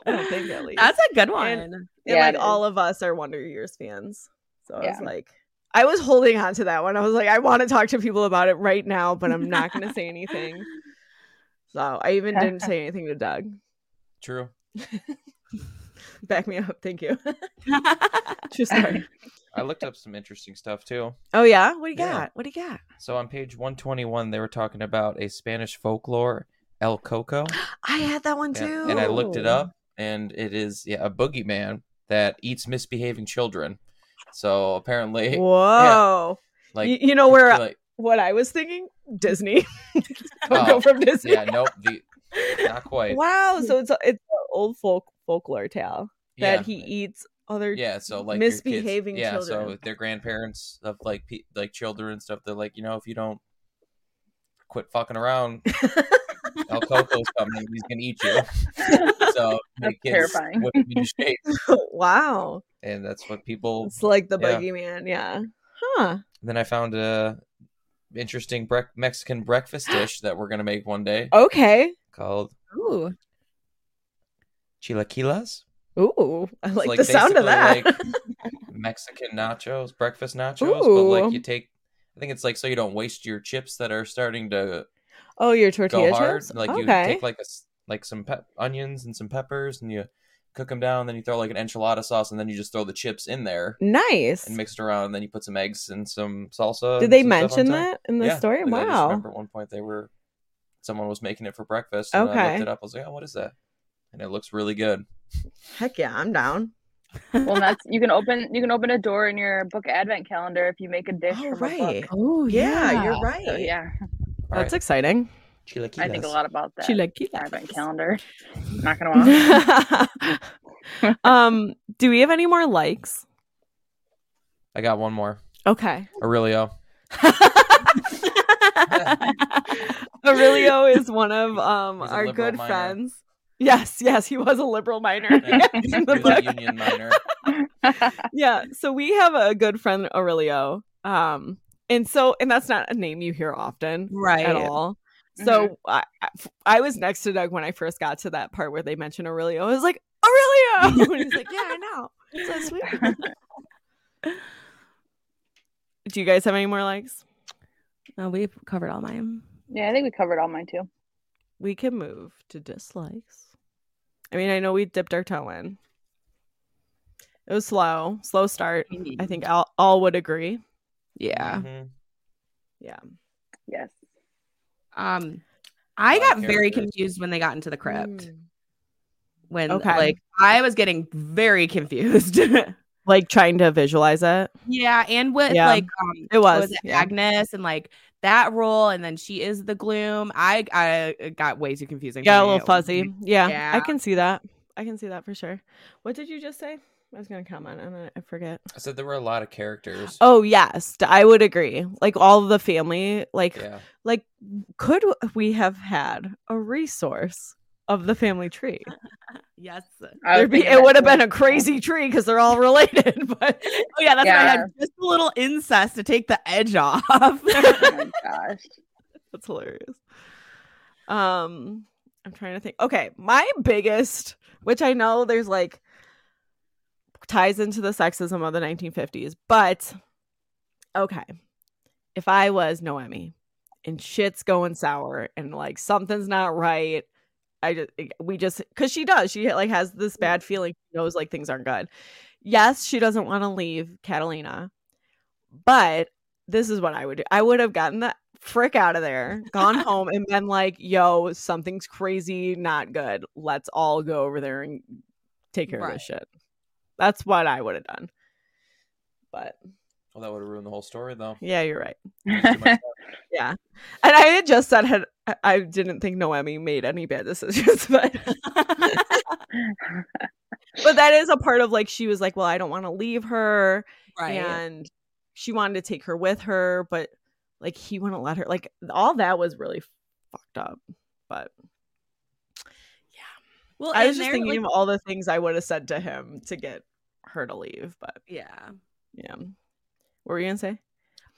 Speaker 4: don't think
Speaker 5: (laughs)
Speaker 4: at least.
Speaker 5: That's a good one.
Speaker 4: And-
Speaker 5: (laughs)
Speaker 4: and
Speaker 3: (laughs) Yeah,
Speaker 4: like
Speaker 3: it is.
Speaker 4: all of us are wonder years fans so i was
Speaker 3: Yeah.
Speaker 4: like i was holding on to that one i was like i want to talk to people about it right now but i'm not going to
Speaker 3: (laughs)
Speaker 4: say anything so i even didn't say anything to doug
Speaker 6: True.
Speaker 4: (laughs) Back me up. Thank you.
Speaker 6: (laughs)
Speaker 4: True story.
Speaker 6: I looked up some interesting stuff too.
Speaker 4: Oh yeah? What do you
Speaker 6: Yeah.
Speaker 4: got? What do you got?
Speaker 6: So on page 121, they were talking about a Spanish folklore, El
Speaker 4: (gasps)
Speaker 6: Coco.
Speaker 4: I had that one too.
Speaker 6: And, and I looked it up, and it is yeah, a boogeyman that eats misbehaving children. So apparently,
Speaker 4: Whoa.
Speaker 6: like, uh,
Speaker 4: Y- you, know where
Speaker 6: like
Speaker 4: what I was thinking? Disney. (laughs) Don't
Speaker 6: Oh,
Speaker 4: go from Disney.
Speaker 6: yeah, nope, the, not quite.
Speaker 4: Wow. So it's a, it's an old folk folklore tale
Speaker 6: yeah.
Speaker 4: that he eats other
Speaker 6: yeah, so like your kids-
Speaker 4: misbehaving
Speaker 6: yeah, so
Speaker 4: children.
Speaker 6: their grandparents of like pe- like children and stuff. They're like, you know, if you don't quit fucking around, El
Speaker 4: (laughs)
Speaker 6: Coco's coming. and He's gonna eat you. So the
Speaker 3: That's
Speaker 6: kids
Speaker 3: terrifying.
Speaker 6: whip him into shape.
Speaker 4: (laughs) wow.
Speaker 6: and that's what people.
Speaker 4: It's like the
Speaker 6: Yeah.
Speaker 4: boogeyman. Yeah. Huh.
Speaker 6: Then I found a interesting brec- Mexican
Speaker 4: (gasps)
Speaker 6: breakfast dish that we're gonna make one day
Speaker 4: Okay.
Speaker 6: called
Speaker 5: Ooh.
Speaker 6: chilaquilas.
Speaker 4: Ooh, I like,
Speaker 6: like
Speaker 4: the sound of that.
Speaker 6: basically, Mexican nachos, breakfast nachos, but like you
Speaker 4: Ooh.
Speaker 6: take I think it's like so you don't waste your chips that are starting to
Speaker 4: (laughs) oh, your tortilla
Speaker 6: go hard.
Speaker 4: chips.
Speaker 6: Like you
Speaker 4: okay.
Speaker 6: take like a s- like some pep- onions and some peppers and you cook them down, then you throw like an enchilada sauce and then you just throw the chips in there
Speaker 4: nice.
Speaker 6: and mix it around and then you put some eggs and some salsa.
Speaker 4: Did
Speaker 6: and
Speaker 4: they
Speaker 6: some stuff on
Speaker 4: mention
Speaker 6: top.
Speaker 4: that in the
Speaker 6: yeah,
Speaker 4: story?
Speaker 6: like, I just
Speaker 4: Wow.
Speaker 6: remember at one point they were someone was making it for breakfast and I
Speaker 4: Okay.
Speaker 6: looked it up. I was like, "Oh, what is that?" And it looks really good.
Speaker 4: Heck yeah, I'm down.
Speaker 3: Well, and that's you can open you can open a door in your book advent calendar if you make a dish
Speaker 4: All
Speaker 3: from a book.
Speaker 4: right.
Speaker 5: Oh
Speaker 4: Yeah, you're right.
Speaker 3: So, yeah,
Speaker 6: All right,
Speaker 4: That's exciting.
Speaker 6: chilaquiles.
Speaker 3: I think a lot about that. advent
Speaker 4: Chilaquiles. (laughs)
Speaker 3: calendar. Not gonna lie.
Speaker 4: um, do we have any more likes?
Speaker 6: I got one more.
Speaker 4: Okay.
Speaker 6: Aurelio.
Speaker 4: (laughs) Aurelio is one of um
Speaker 6: He's a
Speaker 4: our
Speaker 6: liberal
Speaker 4: good
Speaker 6: minor.
Speaker 4: friends. Yes, yes, he was a liberal minor.
Speaker 6: (laughs) Yeah.
Speaker 4: (laughs) in the
Speaker 6: He was
Speaker 4: book.
Speaker 6: a union minor.
Speaker 4: yeah so we have a good friend aurelio um and so and that's not a name you hear often
Speaker 5: right.
Speaker 4: at all so I, I- I was next to doug when i first got to that part where they mentioned aurelio i was like aurelio (laughs) and he's like yeah i know so sweet (laughs) do you guys have any more likes
Speaker 5: No, we've covered all mine.
Speaker 3: yeah, I think we covered all mine too.
Speaker 4: we can move to dislikes i mean i know we dipped our toe in it was slow slow start i think all, all would agree (laughs) yeah
Speaker 6: Mhm.
Speaker 4: yeah
Speaker 3: Yes.
Speaker 5: Um, I
Speaker 6: Lot of
Speaker 5: got very
Speaker 6: characters.
Speaker 5: confused when they got into the crypt. When
Speaker 4: Okay.
Speaker 5: like I was getting very confused. (laughs)
Speaker 4: like trying to visualize it.
Speaker 5: yeah, and with
Speaker 4: Yeah.
Speaker 5: like um,
Speaker 4: It
Speaker 5: what
Speaker 4: was,
Speaker 5: it,
Speaker 4: yeah.
Speaker 5: Agnes and like that role, and then she is the gloom. I I it got way too confusing.
Speaker 4: Yeah,
Speaker 5: for
Speaker 4: a
Speaker 5: me.
Speaker 4: little fuzzy. Yeah, I
Speaker 5: Yeah.
Speaker 4: can see that. I can see that for sure. What did you just say? I was gonna comment and I- I forget.
Speaker 6: I said there were a lot of characters.
Speaker 4: Oh yes, d- I would agree. Like all of the family, like
Speaker 6: yeah.
Speaker 4: like could we have had a resource of the family tree?
Speaker 5: Yes. Oh
Speaker 3: I was
Speaker 4: There'd be,
Speaker 3: thinking
Speaker 4: it
Speaker 3: that
Speaker 4: would have
Speaker 3: too.
Speaker 4: been a crazy tree because they're all related. (laughs) But oh,
Speaker 5: yeah, that's why I
Speaker 3: Yeah.
Speaker 5: had just a little incest to take the edge (laughs) off.
Speaker 3: (laughs) Oh my gosh.
Speaker 4: That's hilarious. Um, I'm trying to think. Okay, my biggest, which I know there's like ties into the sexism of the 1950s, but okay, if I was Noemi and shit's going sour and like something's not right, I just we just because she does she like has this bad feeling she knows like things aren't good. Yes, she doesn't want to leave Catalina, but this is what I would do. I would have gotten the frick out of there, gone home, and been like, "Yo, something's crazy, not good. Let's all go over there and take care of
Speaker 5: Right.
Speaker 4: this shit." That's what I would have done. But
Speaker 6: Well, that would have ruined the whole story, though.
Speaker 4: yeah, you're right.
Speaker 6: There's too much-
Speaker 4: Yeah, and I had just said had I- I didn't think Noemi made any bad decisions, (laughs)
Speaker 5: (laughs)
Speaker 4: but but that is a part of like she was like, well, I don't want to leave her,
Speaker 5: right.
Speaker 4: and she wanted to take her with her, but like he wouldn't let her. Like all that was really fucked up. But
Speaker 5: Well,
Speaker 4: I
Speaker 5: and
Speaker 4: was just
Speaker 5: they're,
Speaker 4: thinking
Speaker 5: like-
Speaker 4: of all the things I would have said to him to get her to leave. But
Speaker 5: yeah.
Speaker 4: yeah, what were you gonna say?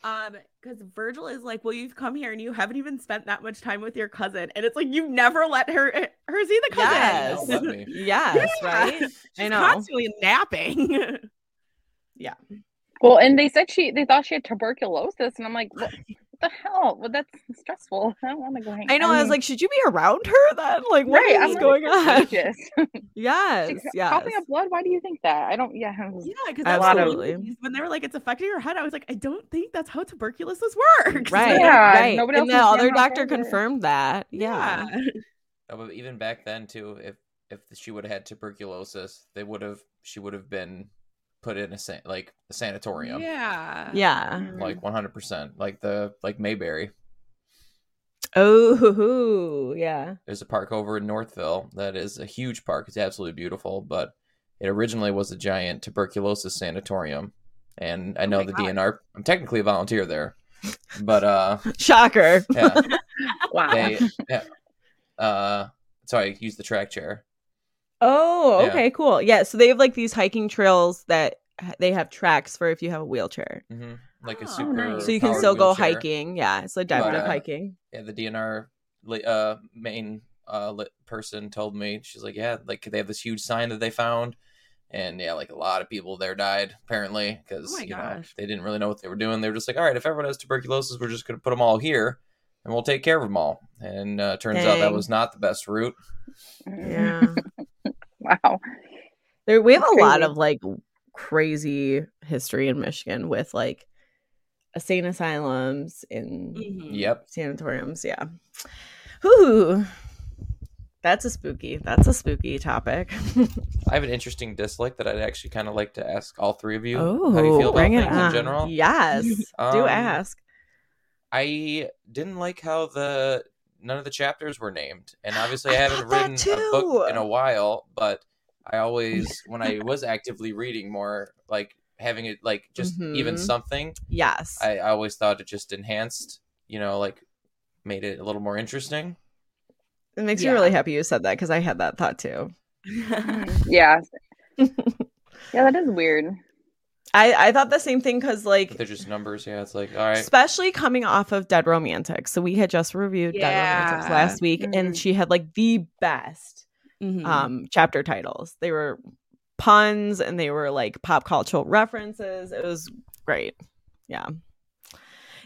Speaker 5: Um, because Virgil is like, well, you've come here and you haven't even spent that much time with your cousin, and it's like you never let her eh, her see the cousin.
Speaker 4: Yes.
Speaker 6: Don't let me.
Speaker 4: Yes,
Speaker 5: (laughs) Yeah.
Speaker 4: right.
Speaker 5: She's
Speaker 4: know.
Speaker 5: constantly napping.
Speaker 3: (laughs)
Speaker 5: (laughs)
Speaker 3: Well, and they said she they thought she had tuberculosis, and I'm like, what, what the hell? Well, that's stressful. I don't want to go hang.
Speaker 4: I know. I was
Speaker 3: mean,
Speaker 4: like, should you be around her then? Like, what is
Speaker 3: right, I'm like,
Speaker 5: (laughs)
Speaker 4: going
Speaker 3: "That's
Speaker 4: on?
Speaker 3: outrageous."
Speaker 4: Yes,
Speaker 3: She's
Speaker 4: yes.
Speaker 3: coughing up blood. Why do you think that? I don't. Yeah. (laughs) it was-
Speaker 5: yeah, because
Speaker 4: A
Speaker 5: that's
Speaker 4: lot
Speaker 5: what
Speaker 4: of-
Speaker 5: we- when they were like, it's affecting your head. I was like, I don't think that's how tuberculosis works. (laughs)
Speaker 4: Right,
Speaker 3: Yeah,
Speaker 4: right.
Speaker 3: nobody
Speaker 4: and
Speaker 3: else
Speaker 4: the
Speaker 3: can
Speaker 4: other
Speaker 3: stand up
Speaker 4: doctor
Speaker 3: for her.
Speaker 4: confirmed that. Yeah.
Speaker 6: No, but even back then, too, if if she would have had tuberculosis, they would have she would have been put in a san- like a sanatorium,
Speaker 5: Yeah.
Speaker 4: Yeah. (laughs)
Speaker 6: like 100, percent like the like Mayberry.
Speaker 4: Oh, hoo, hoo. yeah. (laughs)
Speaker 6: There's a park over in Northville that is a huge park. It's absolutely beautiful, but it originally was a giant tuberculosis sanatorium. And I
Speaker 5: Oh
Speaker 6: know
Speaker 5: my
Speaker 6: the
Speaker 5: God.
Speaker 6: DNR. I'm technically a volunteer there, but uh,
Speaker 4: Shocker.
Speaker 6: yeah,
Speaker 5: (laughs)
Speaker 3: wow.
Speaker 6: they, yeah, uh, so I used the track chair.
Speaker 4: Oh,
Speaker 6: Yeah.
Speaker 4: okay, cool. Yeah, so they have like these hiking trails that ha- they have tracks for if you have a wheelchair.
Speaker 6: hmm Like
Speaker 5: Oh,
Speaker 6: a super.
Speaker 5: nice.
Speaker 4: So you can
Speaker 6: powered
Speaker 4: still go
Speaker 6: wheelchair. uh,
Speaker 4: hiking. Yeah, it's adaptive
Speaker 6: Wow.
Speaker 4: hiking.
Speaker 6: Yeah, the DNR la- uh, main uh, lit person told me she's like, yeah, like they have this huge sign that they found, and yeah, like a lot of people there died apparently because
Speaker 5: Oh my
Speaker 6: you know
Speaker 5: gosh.
Speaker 6: they didn't really know what they were doing. They were just like, all right, if everyone has tuberculosis, we're just gonna put them all here. And we'll take care of them all. And uh, turns out that
Speaker 5: Dang.
Speaker 6: was not the best route.
Speaker 4: Yeah.
Speaker 3: Mm-hmm. Wow.
Speaker 4: (laughs) There, we have
Speaker 3: That's
Speaker 4: a lot
Speaker 3: crazy.
Speaker 4: of like crazy history in Michigan with like insane asylums and
Speaker 5: Mhm.
Speaker 6: Yep.
Speaker 4: sanatoriums. Yeah. Whoo. That's a spooky. That's a spooky topic.
Speaker 6: I have an interesting dislike that I'd actually kind of like to ask all three
Speaker 4: (laughs)
Speaker 6: of you how you feel about
Speaker 4: Oh, bring it
Speaker 6: things in
Speaker 4: on.
Speaker 6: general.
Speaker 4: Yes. do
Speaker 6: Um,
Speaker 4: ask.
Speaker 6: I didn't like how the none of the chapters were named, and obviously I,
Speaker 4: I
Speaker 6: haven't
Speaker 4: thought that
Speaker 6: written a book in
Speaker 4: too.
Speaker 6: a while. But I always, when I was actively reading more, like having it like just even
Speaker 4: Mhm.
Speaker 6: something,
Speaker 4: Yes.
Speaker 6: I, I always thought it just enhanced, you know, like made it a little more interesting.
Speaker 4: it makes
Speaker 5: yeah.
Speaker 4: me really happy you said that because I had that thought too.
Speaker 5: (laughs)
Speaker 3: Mm, Yeah.
Speaker 4: (laughs)
Speaker 3: Yeah, that is weird.
Speaker 4: I I thought the same thing because like
Speaker 6: But they're just numbers, yeah. It's like all right,
Speaker 4: especially coming off of Dead Romantic. So we had just reviewed Dead Romantics
Speaker 5: Yeah.
Speaker 4: last week, and
Speaker 3: Mhm.
Speaker 4: she had like the best
Speaker 5: Mhm.
Speaker 4: um chapter titles. They were puns and they were like pop cultural references. It was great. Yeah.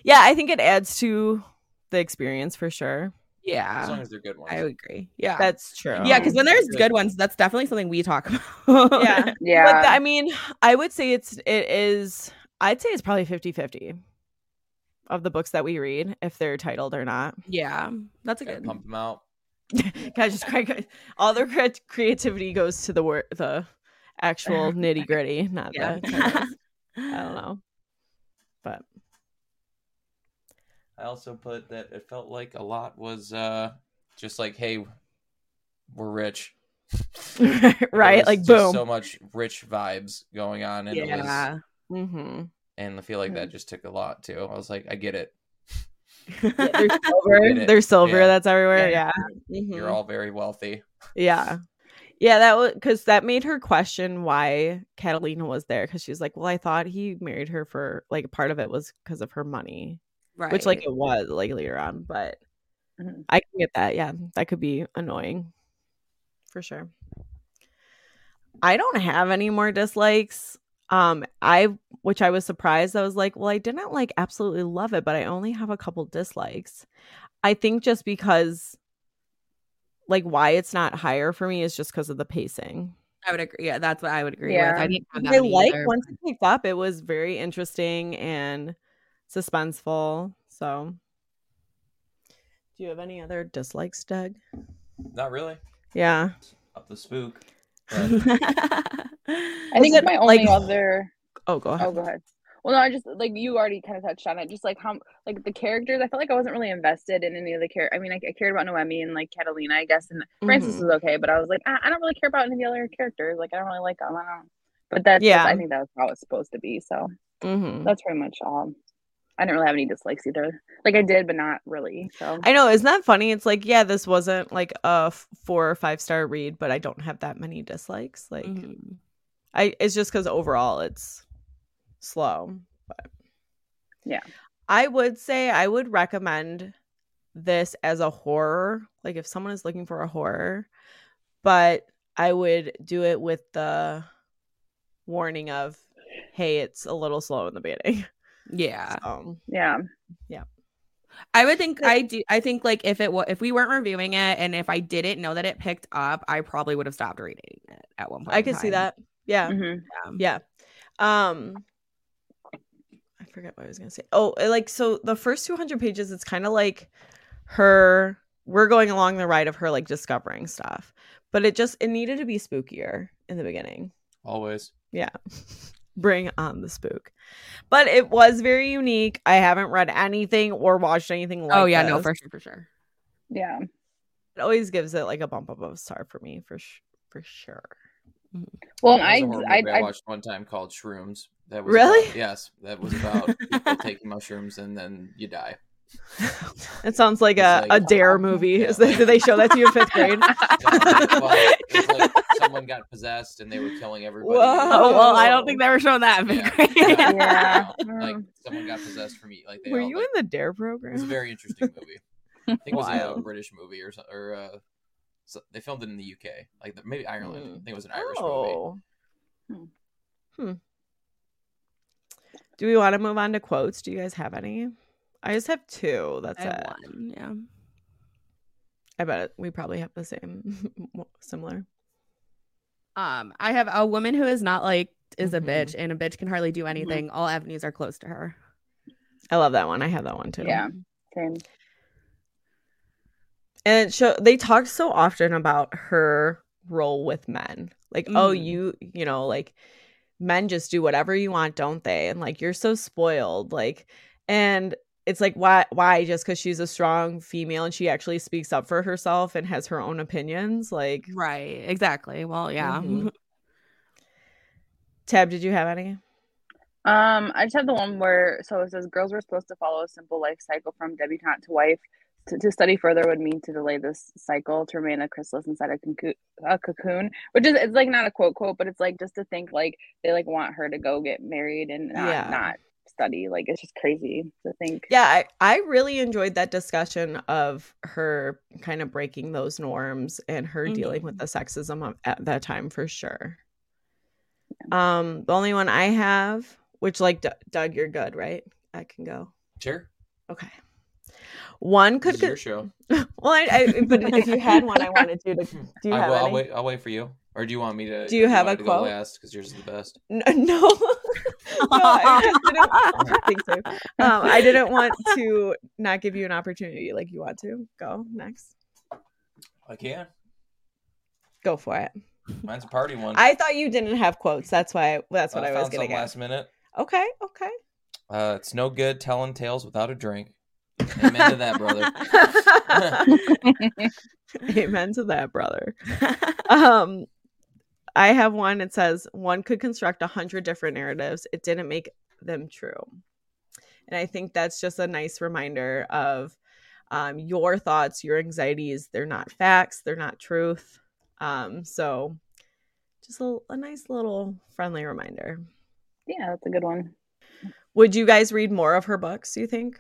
Speaker 4: Yeah, I think it adds to the experience for sure.
Speaker 6: as long
Speaker 5: yeah.
Speaker 6: as they're good ones.
Speaker 5: I agree. Yeah.
Speaker 4: That's true.
Speaker 6: Um,
Speaker 5: yeah, because when there's
Speaker 6: Good.
Speaker 5: good ones, that's definitely something we talk about. (laughs)
Speaker 4: Yeah.
Speaker 3: Yeah.
Speaker 4: But th- I mean, I would say it's it is I'd say it's probably 50-50 of the books that we read if they're titled or not. (laughs)
Speaker 5: yeah. That's a
Speaker 6: Gotta
Speaker 5: good
Speaker 6: pump them out.
Speaker 4: Guys, just crack, (laughs) all their cre- creativity goes to the wor- the
Speaker 5: (laughs)
Speaker 4: actual nitty gritty, not
Speaker 5: Yeah. Oh.
Speaker 4: the.
Speaker 5: (laughs)
Speaker 4: titles. I don't know. (laughs) But
Speaker 6: I also put that it felt like a lot was uh just like, hey, we're rich. There
Speaker 4: right,
Speaker 6: was
Speaker 4: like
Speaker 6: just
Speaker 4: boom.
Speaker 6: so much rich vibes going on, and it was,
Speaker 5: Yeah.
Speaker 4: mm-hmm. (laughs)
Speaker 6: and I feel like that just took a lot too. I was like, I get it.
Speaker 5: (laughs)
Speaker 4: they're
Speaker 6: Get
Speaker 4: silver.
Speaker 6: it.
Speaker 4: They're silver.
Speaker 6: Yeah.
Speaker 4: That's everywhere. Yeah,
Speaker 5: Mm-hmm.
Speaker 4: Mm-hmm.
Speaker 6: You're all very wealthy.
Speaker 4: yeah, yeah. That was because that made her question why Catalina was there. Because she's like, well, I thought he married her for like part of it was because of her money,
Speaker 5: right.
Speaker 4: which like it was like later on. But
Speaker 3: Mhm.
Speaker 4: I can get that. Yeah, that could be annoying for sure. I don't have any more dislikes. Um, I which I was surprised. I was like, well, I didn't like absolutely love it, but I only have a couple dislikes. I think just because like why it's not higher for me is just because of the pacing.
Speaker 5: I would agree. Yeah, that's what I would agree with. I
Speaker 3: Yeah.
Speaker 5: didn't have that
Speaker 4: I
Speaker 5: many
Speaker 4: like
Speaker 5: either.
Speaker 4: once it picked up, it was very interesting and suspenseful. So do you have any other dislikes, Doug?
Speaker 6: Not really
Speaker 4: Yeah. (laughs)
Speaker 6: up the spook. but
Speaker 3: I
Speaker 5: I
Speaker 4: Was
Speaker 3: think
Speaker 4: it,
Speaker 3: my only
Speaker 4: like-
Speaker 3: other
Speaker 4: Oh, go ahead.
Speaker 3: Oh, go ahead. Well, no, I just like you already kind of touched on it. Just like how, like the characters, I felt like I wasn't really invested in any of the characters. I mean, I, I cared about Noemi and like Catalina, I guess, and Francis
Speaker 4: Mhm.
Speaker 3: oh, is okay, but I was like, "Ah, I, I don't really care about any of the other characters. Like, I don't really like them. I don't. But that's, yeah.
Speaker 4: Yeah.
Speaker 3: I think that was how it's supposed to be. So (laughs)
Speaker 4: Mhm.
Speaker 3: that's pretty much all. I didn't really have any dislikes either. Like I did, but not really. So
Speaker 4: I know, isn't that funny? It's like, yeah, this wasn't like a f- four or five star read, but I don't have that many dislikes. Like,
Speaker 5: Mm-hmm.
Speaker 4: I it's just because overall it's slow. But
Speaker 3: Yeah.
Speaker 4: I would say I would recommend this as a horror. Like, if someone is looking for a horror, but I would do it with the warning of, hey, it's a little slow in the beginning.
Speaker 5: yeah.
Speaker 4: Um,
Speaker 3: yeah,
Speaker 5: I would think I do. I think like if it wa if we weren't reviewing it and if I didn't know that it picked up, I probably would have stopped reading it at one point.
Speaker 4: I
Speaker 5: in
Speaker 4: could see
Speaker 5: time.
Speaker 4: that. Yeah.
Speaker 3: Mhm.
Speaker 4: Yeah. Um I forget what I was going to say. Oh, uh, like so the first 200 pages it's kind of like her we're going along the ride of her like discovering stuff. But it just it needed to be spookier in the beginning.
Speaker 6: always.
Speaker 4: Yeah. (laughs) Bring on the spook. But it was very unique. I haven't read anything or watched anything like
Speaker 5: Oh yeah, no,
Speaker 4: this.
Speaker 5: for sure, for sure.
Speaker 3: yeah.
Speaker 4: It always gives it like a bump up of a star for me for sh- for sure.
Speaker 3: Well, and
Speaker 6: There was a horror
Speaker 3: I,
Speaker 6: movie
Speaker 3: I,
Speaker 6: I
Speaker 3: I,
Speaker 6: watched one time called Shrooms. That was
Speaker 4: Really?
Speaker 6: about- yes, that was about
Speaker 4: (laughs)
Speaker 6: people taking mushrooms and then you die.
Speaker 4: It sounds like
Speaker 6: It's
Speaker 4: a,
Speaker 6: like-
Speaker 4: a
Speaker 6: (laughs)
Speaker 4: dare movie.
Speaker 6: Yeah,
Speaker 4: Is that-
Speaker 6: like-
Speaker 4: did they show that to you in
Speaker 5: (laughs)
Speaker 4: fifth grade?
Speaker 6: So, well, it was like someone got possessed and they were killing everybody.
Speaker 4: Whoa.
Speaker 5: (laughs) Oh well, I don't think they were showing that.
Speaker 6: Yeah.
Speaker 5: (laughs) Yeah.
Speaker 3: (laughs) Yeah.
Speaker 6: No, like
Speaker 3: Mm.
Speaker 6: someone got possessed from you. Like they
Speaker 4: Were
Speaker 6: all,
Speaker 4: you
Speaker 6: like,
Speaker 4: in the Dare
Speaker 6: It was a
Speaker 4: program? (laughs)
Speaker 6: very interesting movie. I think it was a
Speaker 4: Wild.
Speaker 6: British movie or so- or uh, So they filmed it in the UK, like maybe Ireland.
Speaker 4: Hmm. Oh.
Speaker 6: I think it was an Irish movie.
Speaker 4: Hmm. Hmm. Do we want to move on to quotes? Do you guys have any? I just have two. That's
Speaker 5: I have
Speaker 4: it.
Speaker 5: one. Yeah.
Speaker 4: I bet it, we probably have the same, (laughs) similar.
Speaker 5: Um, I have a woman who is not like is a
Speaker 4: Mhm.
Speaker 5: bitch, and a bitch can hardly do anything. All avenues are closed to her.
Speaker 4: I love that one. I have that one too.
Speaker 3: Yeah. Same.
Speaker 4: And it show they talked so often about her role with men. Like, oh,
Speaker 5: Mhm.
Speaker 4: you, you know, like men just do whatever you want, don't they? And like you're so spoiled. Like, and it's like why why just because she's a strong female and she actually speaks up for herself and has her own opinions? Like
Speaker 5: Right. Exactly. Well, yeah.
Speaker 4: Mhm. Tab, did you have any?
Speaker 3: Um, I just have the one where so it says girls were supposed to follow a simple life cycle from debutante to wife. To, to study further would mean to delay this cycle to remain a chrysalis inside a, concu- a cocoon, which is it's like not a quote quote, but it's like just to think like they like want her to go get married and not
Speaker 4: Yeah.
Speaker 3: not study. Like it's just crazy to think.
Speaker 4: Yeah, I, I really enjoyed that discussion of her kind of breaking those norms and her dealing with
Speaker 5: Mhm.
Speaker 4: the sexism of, at that time for sure. Um, the only one I have, which like D- Doug, you're good, right? I can go.
Speaker 6: Sure,
Speaker 4: Okay. One
Speaker 6: this
Speaker 4: could,
Speaker 6: is your (laughs)
Speaker 4: could
Speaker 6: show.
Speaker 4: well, I, I, but if you had one, I wanted you to. (laughs) Do you
Speaker 6: I
Speaker 4: have
Speaker 6: will.
Speaker 4: any?
Speaker 6: I'll wait. I'll wait for you. Or do you want me to?
Speaker 4: Do you have
Speaker 6: want
Speaker 4: a
Speaker 6: me to go
Speaker 4: quote?
Speaker 6: last? Because yours is the best.
Speaker 4: N- No, (laughs) no, I just didn't. I don't think so. Um, I didn't want to not give you an opportunity. Like you want to go next,
Speaker 6: I can.
Speaker 4: go for it.
Speaker 6: Mine's a party one. Uh,
Speaker 4: I thought you didn't have quotes. That's why. That's what I, was
Speaker 6: found
Speaker 4: getting
Speaker 6: some
Speaker 4: at.
Speaker 6: last minute.
Speaker 4: Okay.
Speaker 6: (laughs)
Speaker 4: Okay.
Speaker 6: Uh, it's no good telling tales without a drink. Amen to that, brother.
Speaker 4: Amen to that,
Speaker 6: (laughs)
Speaker 4: brother. Um, I have one. It says one could construct a hundred different narratives. It didn't make them true, and I think that's just a nice reminder of um, your thoughts, your anxieties. They're not facts. They're not truth. Um, so, just a, a nice little friendly reminder.
Speaker 3: Yeah, that's a good one.
Speaker 4: Would you guys read more of her books? Do you think?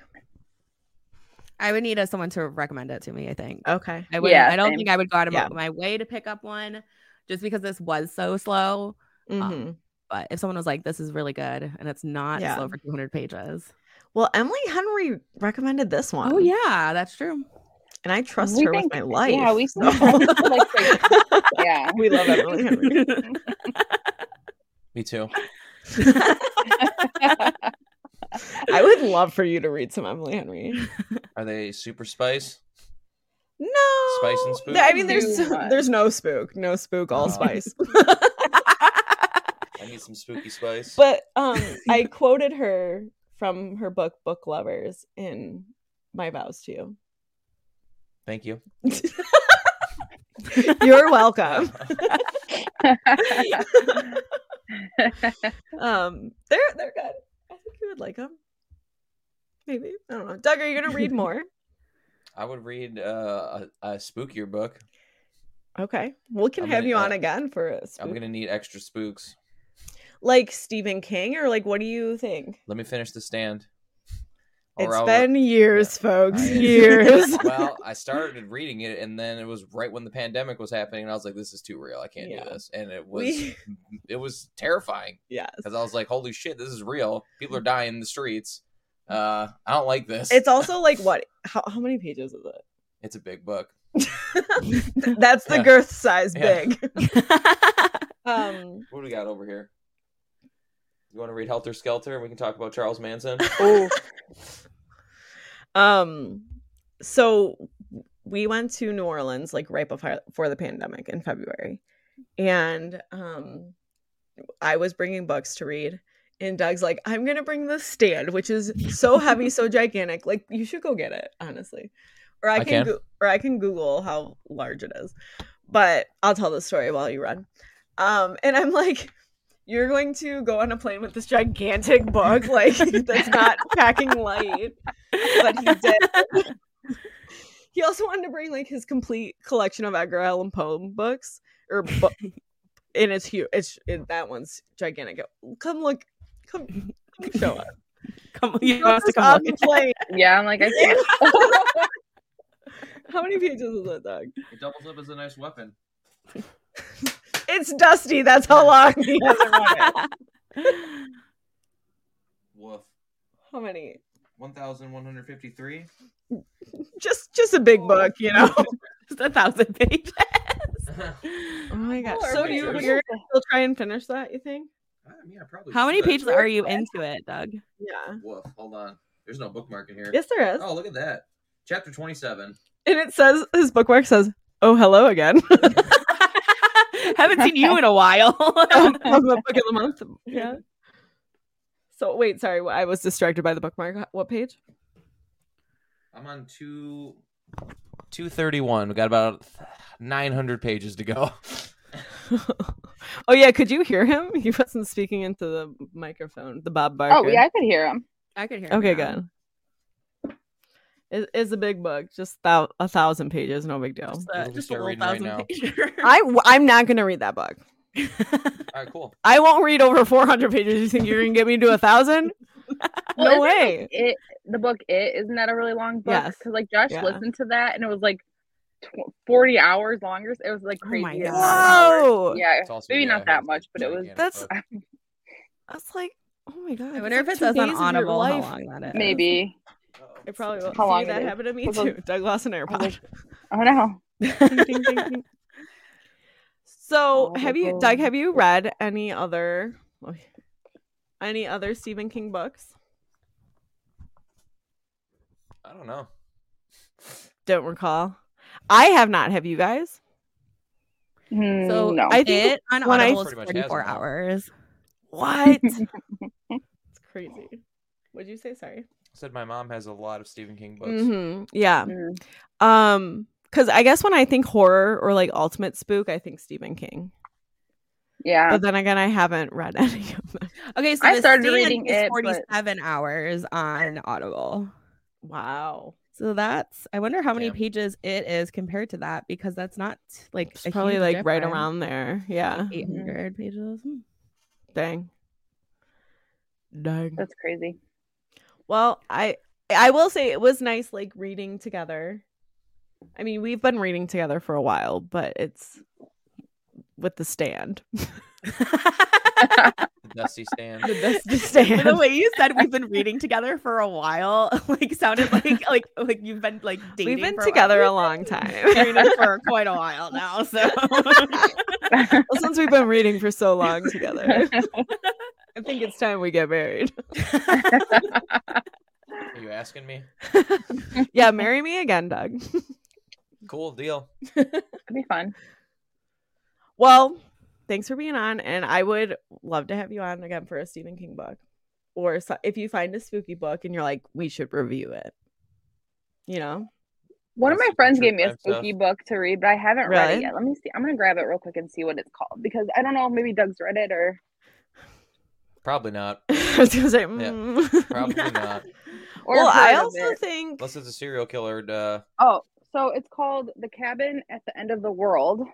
Speaker 5: I would need uh, someone to recommend it to me. I think.
Speaker 4: Okay.
Speaker 5: I would.
Speaker 3: Yeah,
Speaker 5: not I don't
Speaker 3: same.
Speaker 5: think I would go out of
Speaker 4: Yeah.
Speaker 5: my way to pick up one, just because this was so slow.
Speaker 4: Mm-hmm.
Speaker 5: But if someone was like, "This is really good," and it's not
Speaker 4: Yeah.
Speaker 5: slow for 200 pages.
Speaker 4: Well, Emily Henry recommended this one.
Speaker 5: Oh yeah, that's true.
Speaker 4: (laughs) and I trust
Speaker 3: We
Speaker 4: her
Speaker 3: think-
Speaker 4: with my (laughs) life.
Speaker 3: yeah, we
Speaker 4: so-
Speaker 3: sometimes like to- (laughs)
Speaker 4: (laughs)
Speaker 3: Yeah.
Speaker 4: we love Emily Henry.
Speaker 6: (laughs) Me too.
Speaker 4: I would love for you to read some Emily Henry.
Speaker 6: Are they super spice?
Speaker 4: No,
Speaker 6: Spice and spook?
Speaker 4: I mean, there's
Speaker 3: Too much.
Speaker 4: there's no spook, no spook, all
Speaker 6: Oh.
Speaker 4: spice.
Speaker 6: I need some spooky spice.
Speaker 4: (laughs) but um, (laughs) I quoted her from her book Book Lovers in my vows to you.
Speaker 6: thank
Speaker 4: (laughs)
Speaker 6: you.
Speaker 4: You're (laughs) welcome.
Speaker 3: (laughs)
Speaker 4: um, they're they're good. I think you would like them. Maybe I don't know. Doug, are you gonna read more?
Speaker 6: (laughs) I would read uh, a, a spookier book.
Speaker 4: (laughs) Okay. We can
Speaker 6: I'm
Speaker 4: have
Speaker 6: gonna-
Speaker 4: you on
Speaker 6: uh,
Speaker 4: again for a
Speaker 6: I'm
Speaker 4: spook-
Speaker 6: gonna need extra spooks.
Speaker 4: like Stephen King or like what do you think?
Speaker 6: Let me finish the stand.
Speaker 4: It's
Speaker 6: I'll-
Speaker 4: been (laughs) years, folks.
Speaker 6: (laughs) I-
Speaker 4: Years.
Speaker 6: well, I started reading it, and then it was right when the pandemic was happening, and I was like, "This is too real. I can't
Speaker 4: Yeah.
Speaker 6: do this." And it was
Speaker 4: we
Speaker 6: it was terrifying
Speaker 4: yes.
Speaker 6: because I was like, "Holy shit, this is real. People are dying in the streets. Uh, I don't like this."
Speaker 4: It's also like what how, how many pages is
Speaker 6: (laughs) it's a big book.
Speaker 4: it? That's the
Speaker 6: Yeah.
Speaker 4: girth size
Speaker 6: Yeah.
Speaker 4: big. (laughs) Um
Speaker 6: What do we got over here? You want to read Helter Skelter, and we can talk about Charles
Speaker 4: (laughs)
Speaker 6: Manson.
Speaker 3: oh,
Speaker 4: um so we went to New Orleans like right before, before the pandemic in February. And um I was bringing books to read and Doug's like, "I'm going to bring this stand which is so heavy, so gigantic. Like you should go get it, honestly." Or I,
Speaker 6: I
Speaker 4: can,
Speaker 6: can.
Speaker 4: Go- or I can Google how large it is. But I'll tell the story while you run. Um and I'm like you're going to go on a plane with this gigantic book like (laughs) that's
Speaker 6: (laughs)
Speaker 4: not packing light but he did. he also wanted to bring like his complete collection of Edgar Allan Poe books, or (laughs) bu- and it's huge. It's it, that one's gigantic. Come look, come, come show (laughs) us.
Speaker 5: (laughs) come, you
Speaker 4: Show
Speaker 5: have to
Speaker 4: us
Speaker 5: come
Speaker 4: on
Speaker 5: look
Speaker 3: (laughs)
Speaker 4: the plane.
Speaker 3: Oh, yeah. I'm like I can't.
Speaker 4: How many pages is that dog?
Speaker 6: A double flip is a nice weapon.
Speaker 4: (laughs) It's dusty. That's how long. (laughs) he has it running.
Speaker 6: Woof.
Speaker 4: how many?
Speaker 6: (laughs) 1,153.
Speaker 4: Just just a big book, you know.
Speaker 5: (laughs) Just a thousand pages.
Speaker 4: (laughs) Oh my gosh.
Speaker 6: Four
Speaker 4: So do you,
Speaker 6: pictures.
Speaker 4: you're gonna still try and finish that? You think?
Speaker 6: I mean, I probably
Speaker 5: How many
Speaker 6: should.
Speaker 5: pages are you into it,
Speaker 4: (laughs)
Speaker 5: Doug?
Speaker 4: Yeah.
Speaker 6: Woof. Hold on. There's no bookmark in here.
Speaker 4: Yes, there is.
Speaker 6: Oh, look at that. Chapter 27.
Speaker 4: And it says his bookmark says, "Oh, hello again." (laughs)
Speaker 5: Haven't seen you in a while.
Speaker 4: Um, of the book of the month. Yeah. So wait, sorry, wh- I was distracted by the bookmark. Wh- What page? (laughs)
Speaker 6: I'm on two. 231. We got about 900 pages to go. (laughs)
Speaker 4: oh yeah, could you hear him? (laughs) He wasn't speaking into the microphone. The Bob Barker.
Speaker 3: Oh, yeah, I could hear him.
Speaker 5: I could hear.
Speaker 4: Okay, good. It is a big book, just thou- a thousand pages, no big deal.
Speaker 5: Just
Speaker 6: We'll
Speaker 5: a,
Speaker 6: just
Speaker 5: just a
Speaker 6: start
Speaker 5: little
Speaker 6: reading right
Speaker 5: thousand
Speaker 6: now.
Speaker 5: pager.
Speaker 4: I w- I'm not gonna read that book.
Speaker 5: (laughs)
Speaker 6: All right, cool.
Speaker 4: I won't read over 400 pages. You think you're gonna get me to a
Speaker 5: (laughs)
Speaker 4: thousand?
Speaker 3: Well,
Speaker 4: no
Speaker 3: isn't, like,
Speaker 4: way.
Speaker 3: It the book it isn't that a really long book?
Speaker 4: Yes.
Speaker 3: Because like Josh
Speaker 4: Yeah.
Speaker 3: listened to that and it was like tw- forty hours longer. so It was like
Speaker 5: Oh
Speaker 3: crazy.
Speaker 5: my
Speaker 3: amount of
Speaker 5: God.
Speaker 3: hours.
Speaker 4: Whoa!
Speaker 3: Yeah,
Speaker 6: It's also-
Speaker 3: maybe
Speaker 6: yeah,
Speaker 3: not that
Speaker 6: it's
Speaker 3: much, but it was
Speaker 6: gigantic
Speaker 4: That's-
Speaker 6: book.
Speaker 4: I was like, oh my god.
Speaker 5: I
Speaker 4: that's
Speaker 5: wonder
Speaker 4: like
Speaker 5: if it
Speaker 4: two
Speaker 5: says on
Speaker 4: days of your
Speaker 5: Audible how
Speaker 4: life.
Speaker 5: long that is.
Speaker 3: maybe.
Speaker 4: It probably will.
Speaker 3: How
Speaker 4: See,
Speaker 3: long it
Speaker 4: that
Speaker 3: is.
Speaker 4: happened to me
Speaker 3: Hold on.
Speaker 4: too. (laughs) Doug lost an AirPod.
Speaker 3: Oh no.
Speaker 4: Ding, ding, ding, ding. So, have you, Doug?
Speaker 3: Audible.
Speaker 4: Have you read any other, oh, any other Stephen King books?
Speaker 6: I don't know.
Speaker 4: Don't recall. I have not. Have you guys?
Speaker 3: Hmm,
Speaker 5: So
Speaker 3: no.
Speaker 5: I
Speaker 4: I
Speaker 5: think
Speaker 4: think
Speaker 5: it on
Speaker 4: when I-
Speaker 5: Audible is
Speaker 6: Pretty much has
Speaker 5: 44
Speaker 6: them all.
Speaker 5: hours.
Speaker 3: (laughs)
Speaker 4: What? it's crazy. What'd you say? Sorry.
Speaker 6: said my mom has a lot of Stephen King books.
Speaker 4: hmm Yeah.
Speaker 3: Mm.
Speaker 4: Um. Because I guess when I think horror or like ultimate spook, I think Stephen King.
Speaker 3: Yeah.
Speaker 4: But then again, I haven't read (laughs) any of them.
Speaker 5: Okay, so
Speaker 3: I
Speaker 5: The
Speaker 3: started
Speaker 5: Stand
Speaker 3: reading
Speaker 5: is
Speaker 3: it, but-
Speaker 5: 47 hours on Audible.
Speaker 4: Wow.
Speaker 5: So that's I wonder how many
Speaker 6: Damn.
Speaker 5: pages it is compared to that because that's not like
Speaker 4: It's
Speaker 5: a
Speaker 4: probably
Speaker 5: huge
Speaker 4: like right
Speaker 5: difference.
Speaker 4: around there. Yeah.
Speaker 5: 800 pages. Hmm.
Speaker 4: Dang. Dang.
Speaker 3: That's crazy.
Speaker 4: Well, I I will say it was nice like reading together. I mean, we've been reading together for a while, but it's with the
Speaker 5: (laughs)
Speaker 4: stand.
Speaker 6: The Dusty Stand.
Speaker 4: (laughs) The dusty
Speaker 5: the
Speaker 4: stand.
Speaker 5: way you said we've been reading together for a while, (laughs) like sounded like like like you've been like dating.
Speaker 4: We've been
Speaker 5: for
Speaker 4: together
Speaker 5: a
Speaker 4: a
Speaker 5: while. (laughs)
Speaker 4: long
Speaker 5: We've
Speaker 4: time.
Speaker 5: been dating
Speaker 3: (laughs)
Speaker 5: for quite a while now. So
Speaker 4: well, (laughs) since we've been reading for so long
Speaker 5: (laughs)
Speaker 4: together. I think it's time we get married. (laughs)
Speaker 6: Are you asking
Speaker 4: (laughs)
Speaker 6: me?
Speaker 4: yeah, marry me again, Doug.
Speaker 6: Cool deal.
Speaker 3: It'd be fun.
Speaker 4: Well, thanks for being on, and I would love to have you on again for a Stephen King book, or so, if you find a spooky book and you're like, we should review it. You know, (laughs)
Speaker 3: One of
Speaker 6: That's
Speaker 3: my
Speaker 6: some
Speaker 3: friends
Speaker 6: true
Speaker 3: gave me a
Speaker 6: crime stuff.
Speaker 3: spooky book to read, but I haven't read
Speaker 4: Really?
Speaker 3: it yet. Let me see. I'm gonna grab it real quick and see what it's called because I don't know. Maybe Doug's read it or
Speaker 6: Probably not.
Speaker 4: I was gonna say, mm. (laughs)
Speaker 6: Probably not.
Speaker 3: or
Speaker 4: well,
Speaker 3: heard
Speaker 4: I
Speaker 3: of
Speaker 4: also
Speaker 3: it.
Speaker 4: think
Speaker 6: Unless it's a serial killer. Duh.
Speaker 3: Oh, so it's called The Cabin at the End of the World,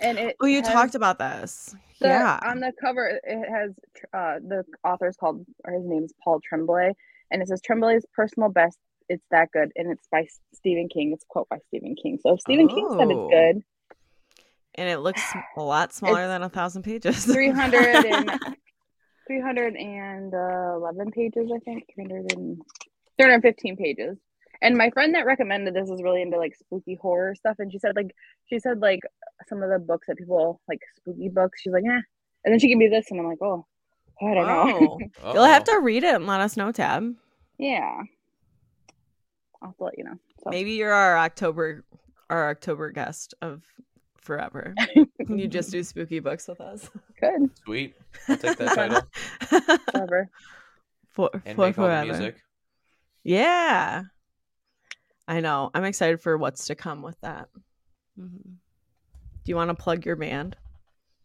Speaker 3: and it.
Speaker 4: oh, you
Speaker 3: has
Speaker 4: talked about this,
Speaker 3: the-
Speaker 4: yeah.
Speaker 3: On the cover, it has uh, the author's called or his name's Paul Tremblay, and it says Tremblay's personal best. It's that good, and it's by S- Stephen King. It's a quote by Stephen King. So if Stephen King said
Speaker 4: Oh.
Speaker 3: it's good.
Speaker 4: and it looks a lot smaller than a thousand pages. (laughs)
Speaker 3: 300 and 311 pages i think 300 and, 315 pages and my friend that recommended this is really into like spooky horror stuff and she said like she said like some of the books that people like spooky books she's like yeah and then she gave me this and i'm like oh i don't know
Speaker 4: Wow. Oh. You'll have to read it and let us know, Tab.
Speaker 3: (laughs) yeah i'll have to let you know so
Speaker 4: Maybe you're our October our October guest of forever. you
Speaker 5: (laughs)
Speaker 4: just do spooky books with us.
Speaker 6: (laughs)
Speaker 3: good
Speaker 6: Sweet. I'll take
Speaker 4: (laughs)
Speaker 6: that title
Speaker 3: whatever
Speaker 4: for,
Speaker 6: and
Speaker 4: for
Speaker 6: make all the
Speaker 4: forever.
Speaker 6: music.
Speaker 4: Yeah. I know. I'm excited for what's to come with that.
Speaker 5: Mm-hmm.
Speaker 4: Do you want to plug your band?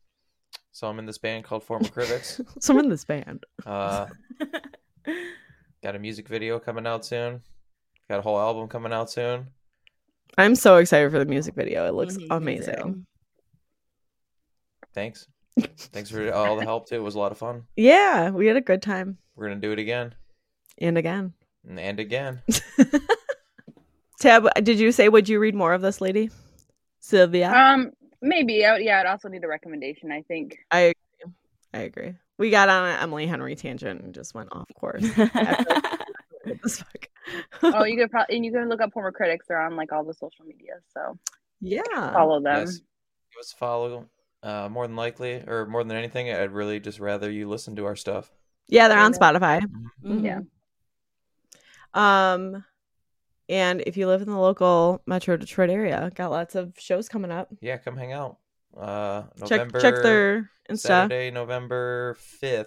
Speaker 4: (laughs)
Speaker 6: So I'm in this band called Former Critics.
Speaker 4: So I'm in this band. (laughs)
Speaker 6: Uh, got a music video coming out soon. Got a whole album coming out soon.
Speaker 4: I'm so excited for the music video. It looks
Speaker 5: Mhm, me too.
Speaker 4: amazing.
Speaker 5: (laughs)
Speaker 6: Thanks. Thanks for all the help too. It was a lot of fun.
Speaker 4: Yeah, we had a good time.
Speaker 6: We're gonna do it again
Speaker 4: And again.
Speaker 6: and again.
Speaker 4: Tab, did you say would you read more of this lady, Sylvia?
Speaker 5: Uh,
Speaker 3: Um, maybe. I, would- yeah, I'd also need a recommendation. I think.
Speaker 4: I agree. We got on an Emily Henry tangent and just went off
Speaker 5: (laughs)
Speaker 4: course. As fuck.
Speaker 3: Oh, you could probably and you can look up former critics. They're on like all the social media, so
Speaker 4: yeah.
Speaker 3: follow them.
Speaker 6: Yes. Give us a follow. Uh, more than likely, or more than anything, I'd really just rather you listen to our stuff.
Speaker 4: Yeah, they're on
Speaker 3: Yeah.
Speaker 4: Spotify.
Speaker 5: Mhm.
Speaker 3: Yeah.
Speaker 4: Um, and if you live in the local Metro Detroit area, got lots of shows coming up.
Speaker 6: Yeah, come hang out. Uh,
Speaker 4: Check
Speaker 6: November
Speaker 4: check their Insta.
Speaker 6: Saturday, November 5th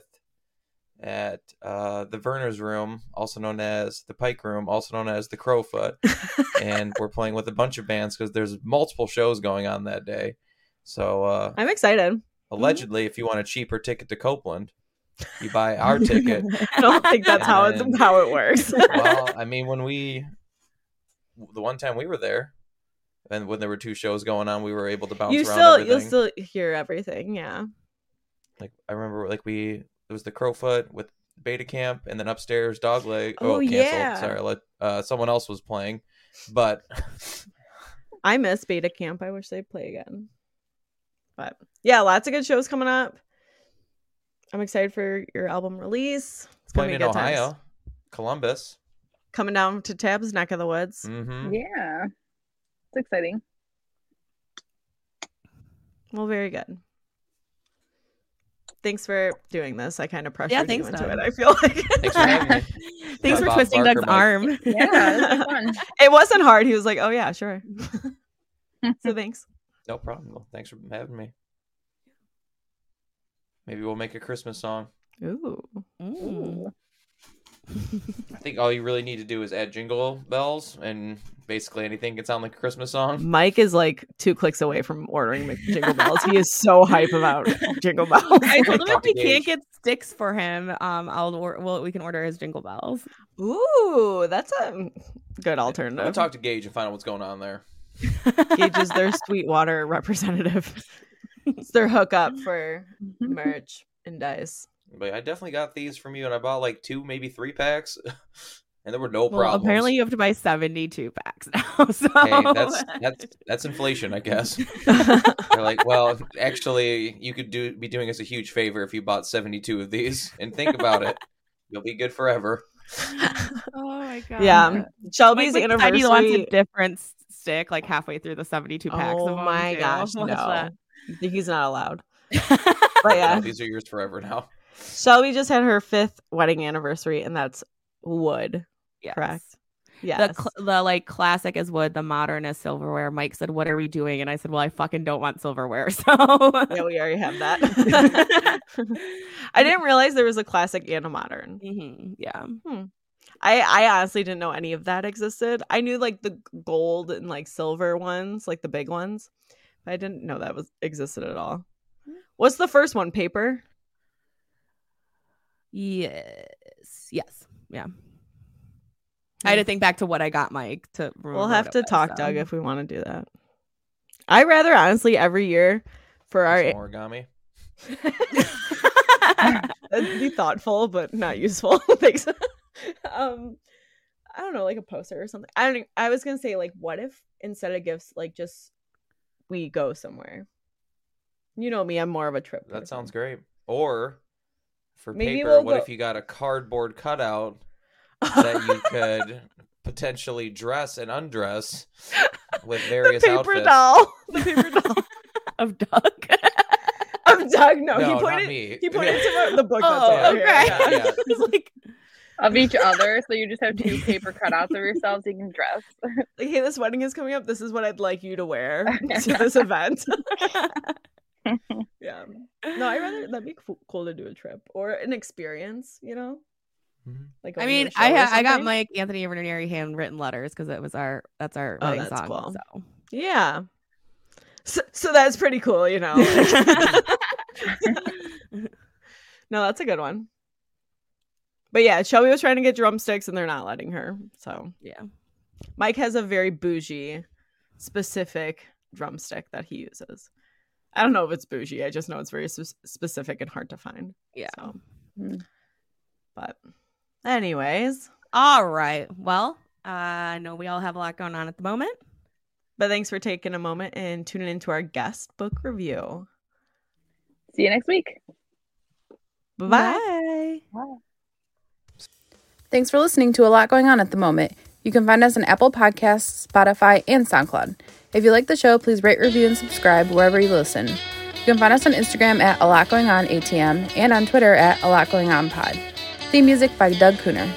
Speaker 6: at uh, the Verner's Room, also known as the Pike Room, also known as the Crowfoot. and we're playing with a bunch of bands because there's multiple shows going on that day. So uh,
Speaker 4: (laughs) I'm excited.
Speaker 6: allegedly, if you want a cheaper ticket to Copeland, you buy
Speaker 4: (laughs)
Speaker 6: our ticket.
Speaker 4: I don't think that's how it's
Speaker 6: And-
Speaker 4: how
Speaker 6: (laughs)
Speaker 4: it works.
Speaker 6: Well, I mean, when we, the one time we were there, and when there were two shows going on, we were able to bounce
Speaker 4: you
Speaker 6: around
Speaker 4: still
Speaker 6: everything.
Speaker 4: you'll still hear everything. Yeah.
Speaker 6: like I remember like we it was the Crowfoot with Beta Camp and then upstairs Dogleg.
Speaker 4: Oh,
Speaker 6: Oh, canceled.
Speaker 4: yeah.
Speaker 6: Sorry, let, uh, someone else was playing,
Speaker 4: (laughs)
Speaker 6: but
Speaker 4: I miss beta camp. I wish they'd play again. But yeah, lots of good shows coming up. I'm excited for your album release. It's gonna
Speaker 6: playing
Speaker 4: be
Speaker 6: in
Speaker 4: good times.
Speaker 6: Ohio, Columbus.
Speaker 4: Coming down to Tab's neck of the woods.
Speaker 6: hmm
Speaker 3: Yeah, it's exciting.
Speaker 4: Well, very good. Thanks for doing this. I kind of pressured
Speaker 5: thanks,
Speaker 4: you into it.
Speaker 5: Doug.
Speaker 4: I feel like
Speaker 6: Thanks for having me.
Speaker 5: (laughs) Thanks for
Speaker 6: Bob
Speaker 5: twisting
Speaker 6: Barker
Speaker 5: Doug's
Speaker 6: mic.
Speaker 5: arm.
Speaker 3: Yeah, this is fun.
Speaker 4: (laughs) it wasn't hard. He was like, "Oh yeah,
Speaker 5: (laughs)
Speaker 4: sure." so thanks.
Speaker 6: No problem. Well, Thanks for having me. Maybe we'll make a Christmas song.
Speaker 4: Ooh.
Speaker 5: Mm.
Speaker 3: Ooh.
Speaker 6: I think all you really need to do is add jingle bells, and basically anything can sound like a Christmas
Speaker 5: Mm,
Speaker 6: song.
Speaker 4: Mike is like two clicks away from ordering Mc- Jingle Bells. He is so hype
Speaker 5: (laughs)
Speaker 4: about Jingle Bells.
Speaker 5: I told him if
Speaker 6: Dr.
Speaker 5: we
Speaker 6: Gage.
Speaker 5: can't get sticks for him, um, I'll or- well we can order his jingle bells.
Speaker 4: (laughs) Ooh, that's a good
Speaker 6: I'm gonna
Speaker 4: alternative. (laughs)
Speaker 6: talk to Gage and find out what's going on there.
Speaker 4: Gage is their Sweetwater representative. (laughs) it's their hookup
Speaker 5: (laughs)
Speaker 4: for merch and dice.
Speaker 6: But I definitely got these from you, and I bought like two, maybe three packs, (laughs) and there were no
Speaker 5: well,
Speaker 6: problems.
Speaker 5: apparently you have to buy seventy-two packs
Speaker 4: (laughs)
Speaker 5: now. So
Speaker 6: hey, that's
Speaker 5: (laughs)
Speaker 6: that's that's inflation, I guess. (laughs) They're like, well, actually, you could do be doing us a huge favor if you bought seventy two of these, and think about it, you'll be good forever.
Speaker 4: (laughs)
Speaker 5: oh my god.
Speaker 4: Yeah, Shelby's
Speaker 5: Like, when Heidi
Speaker 4: anniversary.
Speaker 5: wants a different s- stick, like halfway through the seventy-two packs.
Speaker 4: oh
Speaker 5: of 'em,
Speaker 4: my
Speaker 5: too.
Speaker 4: gosh,
Speaker 5: (laughs) What is
Speaker 4: no, he's not
Speaker 5: (laughs)
Speaker 4: allowed.
Speaker 5: that?
Speaker 4: But
Speaker 6: (laughs)
Speaker 4: yeah,
Speaker 6: these are yours forever now.
Speaker 4: Shelby just had her fifth wedding anniversary, and that's wood.
Speaker 5: Yes.
Speaker 4: Correct.
Speaker 5: The,
Speaker 4: Yes.
Speaker 5: cl- the like classic is wood, the modern is silverware. Mike said, "What are we doing?" And I said, "Well, I fucking don't want silverware." (laughs) So
Speaker 4: yeah, we already have
Speaker 5: (laughs)
Speaker 4: that. (laughs) I didn't realize there was a classic and a modern.
Speaker 5: Mhm, yeah.
Speaker 4: I I honestly didn't know any of that existed. I knew like the gold and like silver ones, like the big ones, but I didn't know that was existed at all.
Speaker 5: Hmm.
Speaker 4: What's the first one? Paper?
Speaker 5: Yes. Yes. Yeah. I had to think back to what I got, Mike. To remember
Speaker 4: We'll
Speaker 5: what
Speaker 4: have
Speaker 5: it
Speaker 4: to
Speaker 5: was,
Speaker 4: talk,
Speaker 5: so.
Speaker 4: Doug, if we want to do that. I rather honestly every year for our
Speaker 6: Some origami.
Speaker 5: (laughs)
Speaker 4: (laughs) that'd be thoughtful but not useful. (laughs) Thanks. um, I don't know, like a poster or something. I don't. I was gonna say like, what if instead of gifts, like just we go somewhere. You know me, I'm more of a trip. person.
Speaker 6: That sounds great. Or for
Speaker 4: Maybe
Speaker 6: paper,
Speaker 4: we'll
Speaker 6: what
Speaker 4: go-
Speaker 6: if you got a cardboard cutout that you could potentially dress and undress with various
Speaker 4: (laughs) the paper
Speaker 6: outfits?
Speaker 4: doll.
Speaker 5: (laughs)
Speaker 4: The paper doll. (laughs)
Speaker 5: of Doug.
Speaker 4: (laughs) I'm Doug. No,
Speaker 6: no,
Speaker 4: he
Speaker 6: not
Speaker 4: pointed.
Speaker 6: me.
Speaker 4: He pointed
Speaker 6: (laughs) Yeah.
Speaker 4: to the book. that's
Speaker 5: Oh,
Speaker 4: over here.
Speaker 5: okay.
Speaker 4: Yeah. (laughs)
Speaker 6: Yeah.
Speaker 5: It's like,
Speaker 3: Of each other, so you just have two paper cutouts of yourselves you can dress. (laughs)
Speaker 4: Like, hey, this wedding is coming up. This is what I'd like you to
Speaker 5: (laughs)
Speaker 4: wear to this event. (laughs) yeah. No, I rather that'd be cool, cool to do a trip or an experience. You know,
Speaker 6: Mhm.
Speaker 4: like going to
Speaker 5: I mean,
Speaker 4: a show
Speaker 5: I
Speaker 4: or
Speaker 5: ha- I got
Speaker 4: something.
Speaker 5: Mike Anthony Ranieri handwritten letters because it was our that's our
Speaker 4: Oh,
Speaker 5: wedding
Speaker 4: that's
Speaker 5: song.
Speaker 4: cool.
Speaker 5: So.
Speaker 4: Yeah. So, so that's pretty cool, you
Speaker 5: (laughs)
Speaker 4: know. no, that's a good one. But yeah, Shelby was trying to get drumsticks and they're not letting her. So
Speaker 5: Yeah.
Speaker 4: Mike has a very bougie, specific drumstick that he uses. I don't know if it's bougie. I just know it's very s- specific and hard to find.
Speaker 5: Yeah. Mm-hmm.
Speaker 4: So.
Speaker 3: Mm.
Speaker 4: But, anyways,
Speaker 5: All right. Well, Uh, I know we all have a lot going on at the moment.
Speaker 4: But thanks for taking a moment and tuning into our guest book review.
Speaker 3: See you next week.
Speaker 4: Bye.
Speaker 3: Bye.
Speaker 2: (laughs) Thanks for listening to A Lot Going On at the Moment. You can find us on Apple Podcasts, Spotify, and SoundCloud. If you like the show, please rate, review, and subscribe wherever you listen. You can find us on Instagram at A Lot Going On ATM and on Twitter at A Lot Going On Pod. Theme music by Doug Cooner.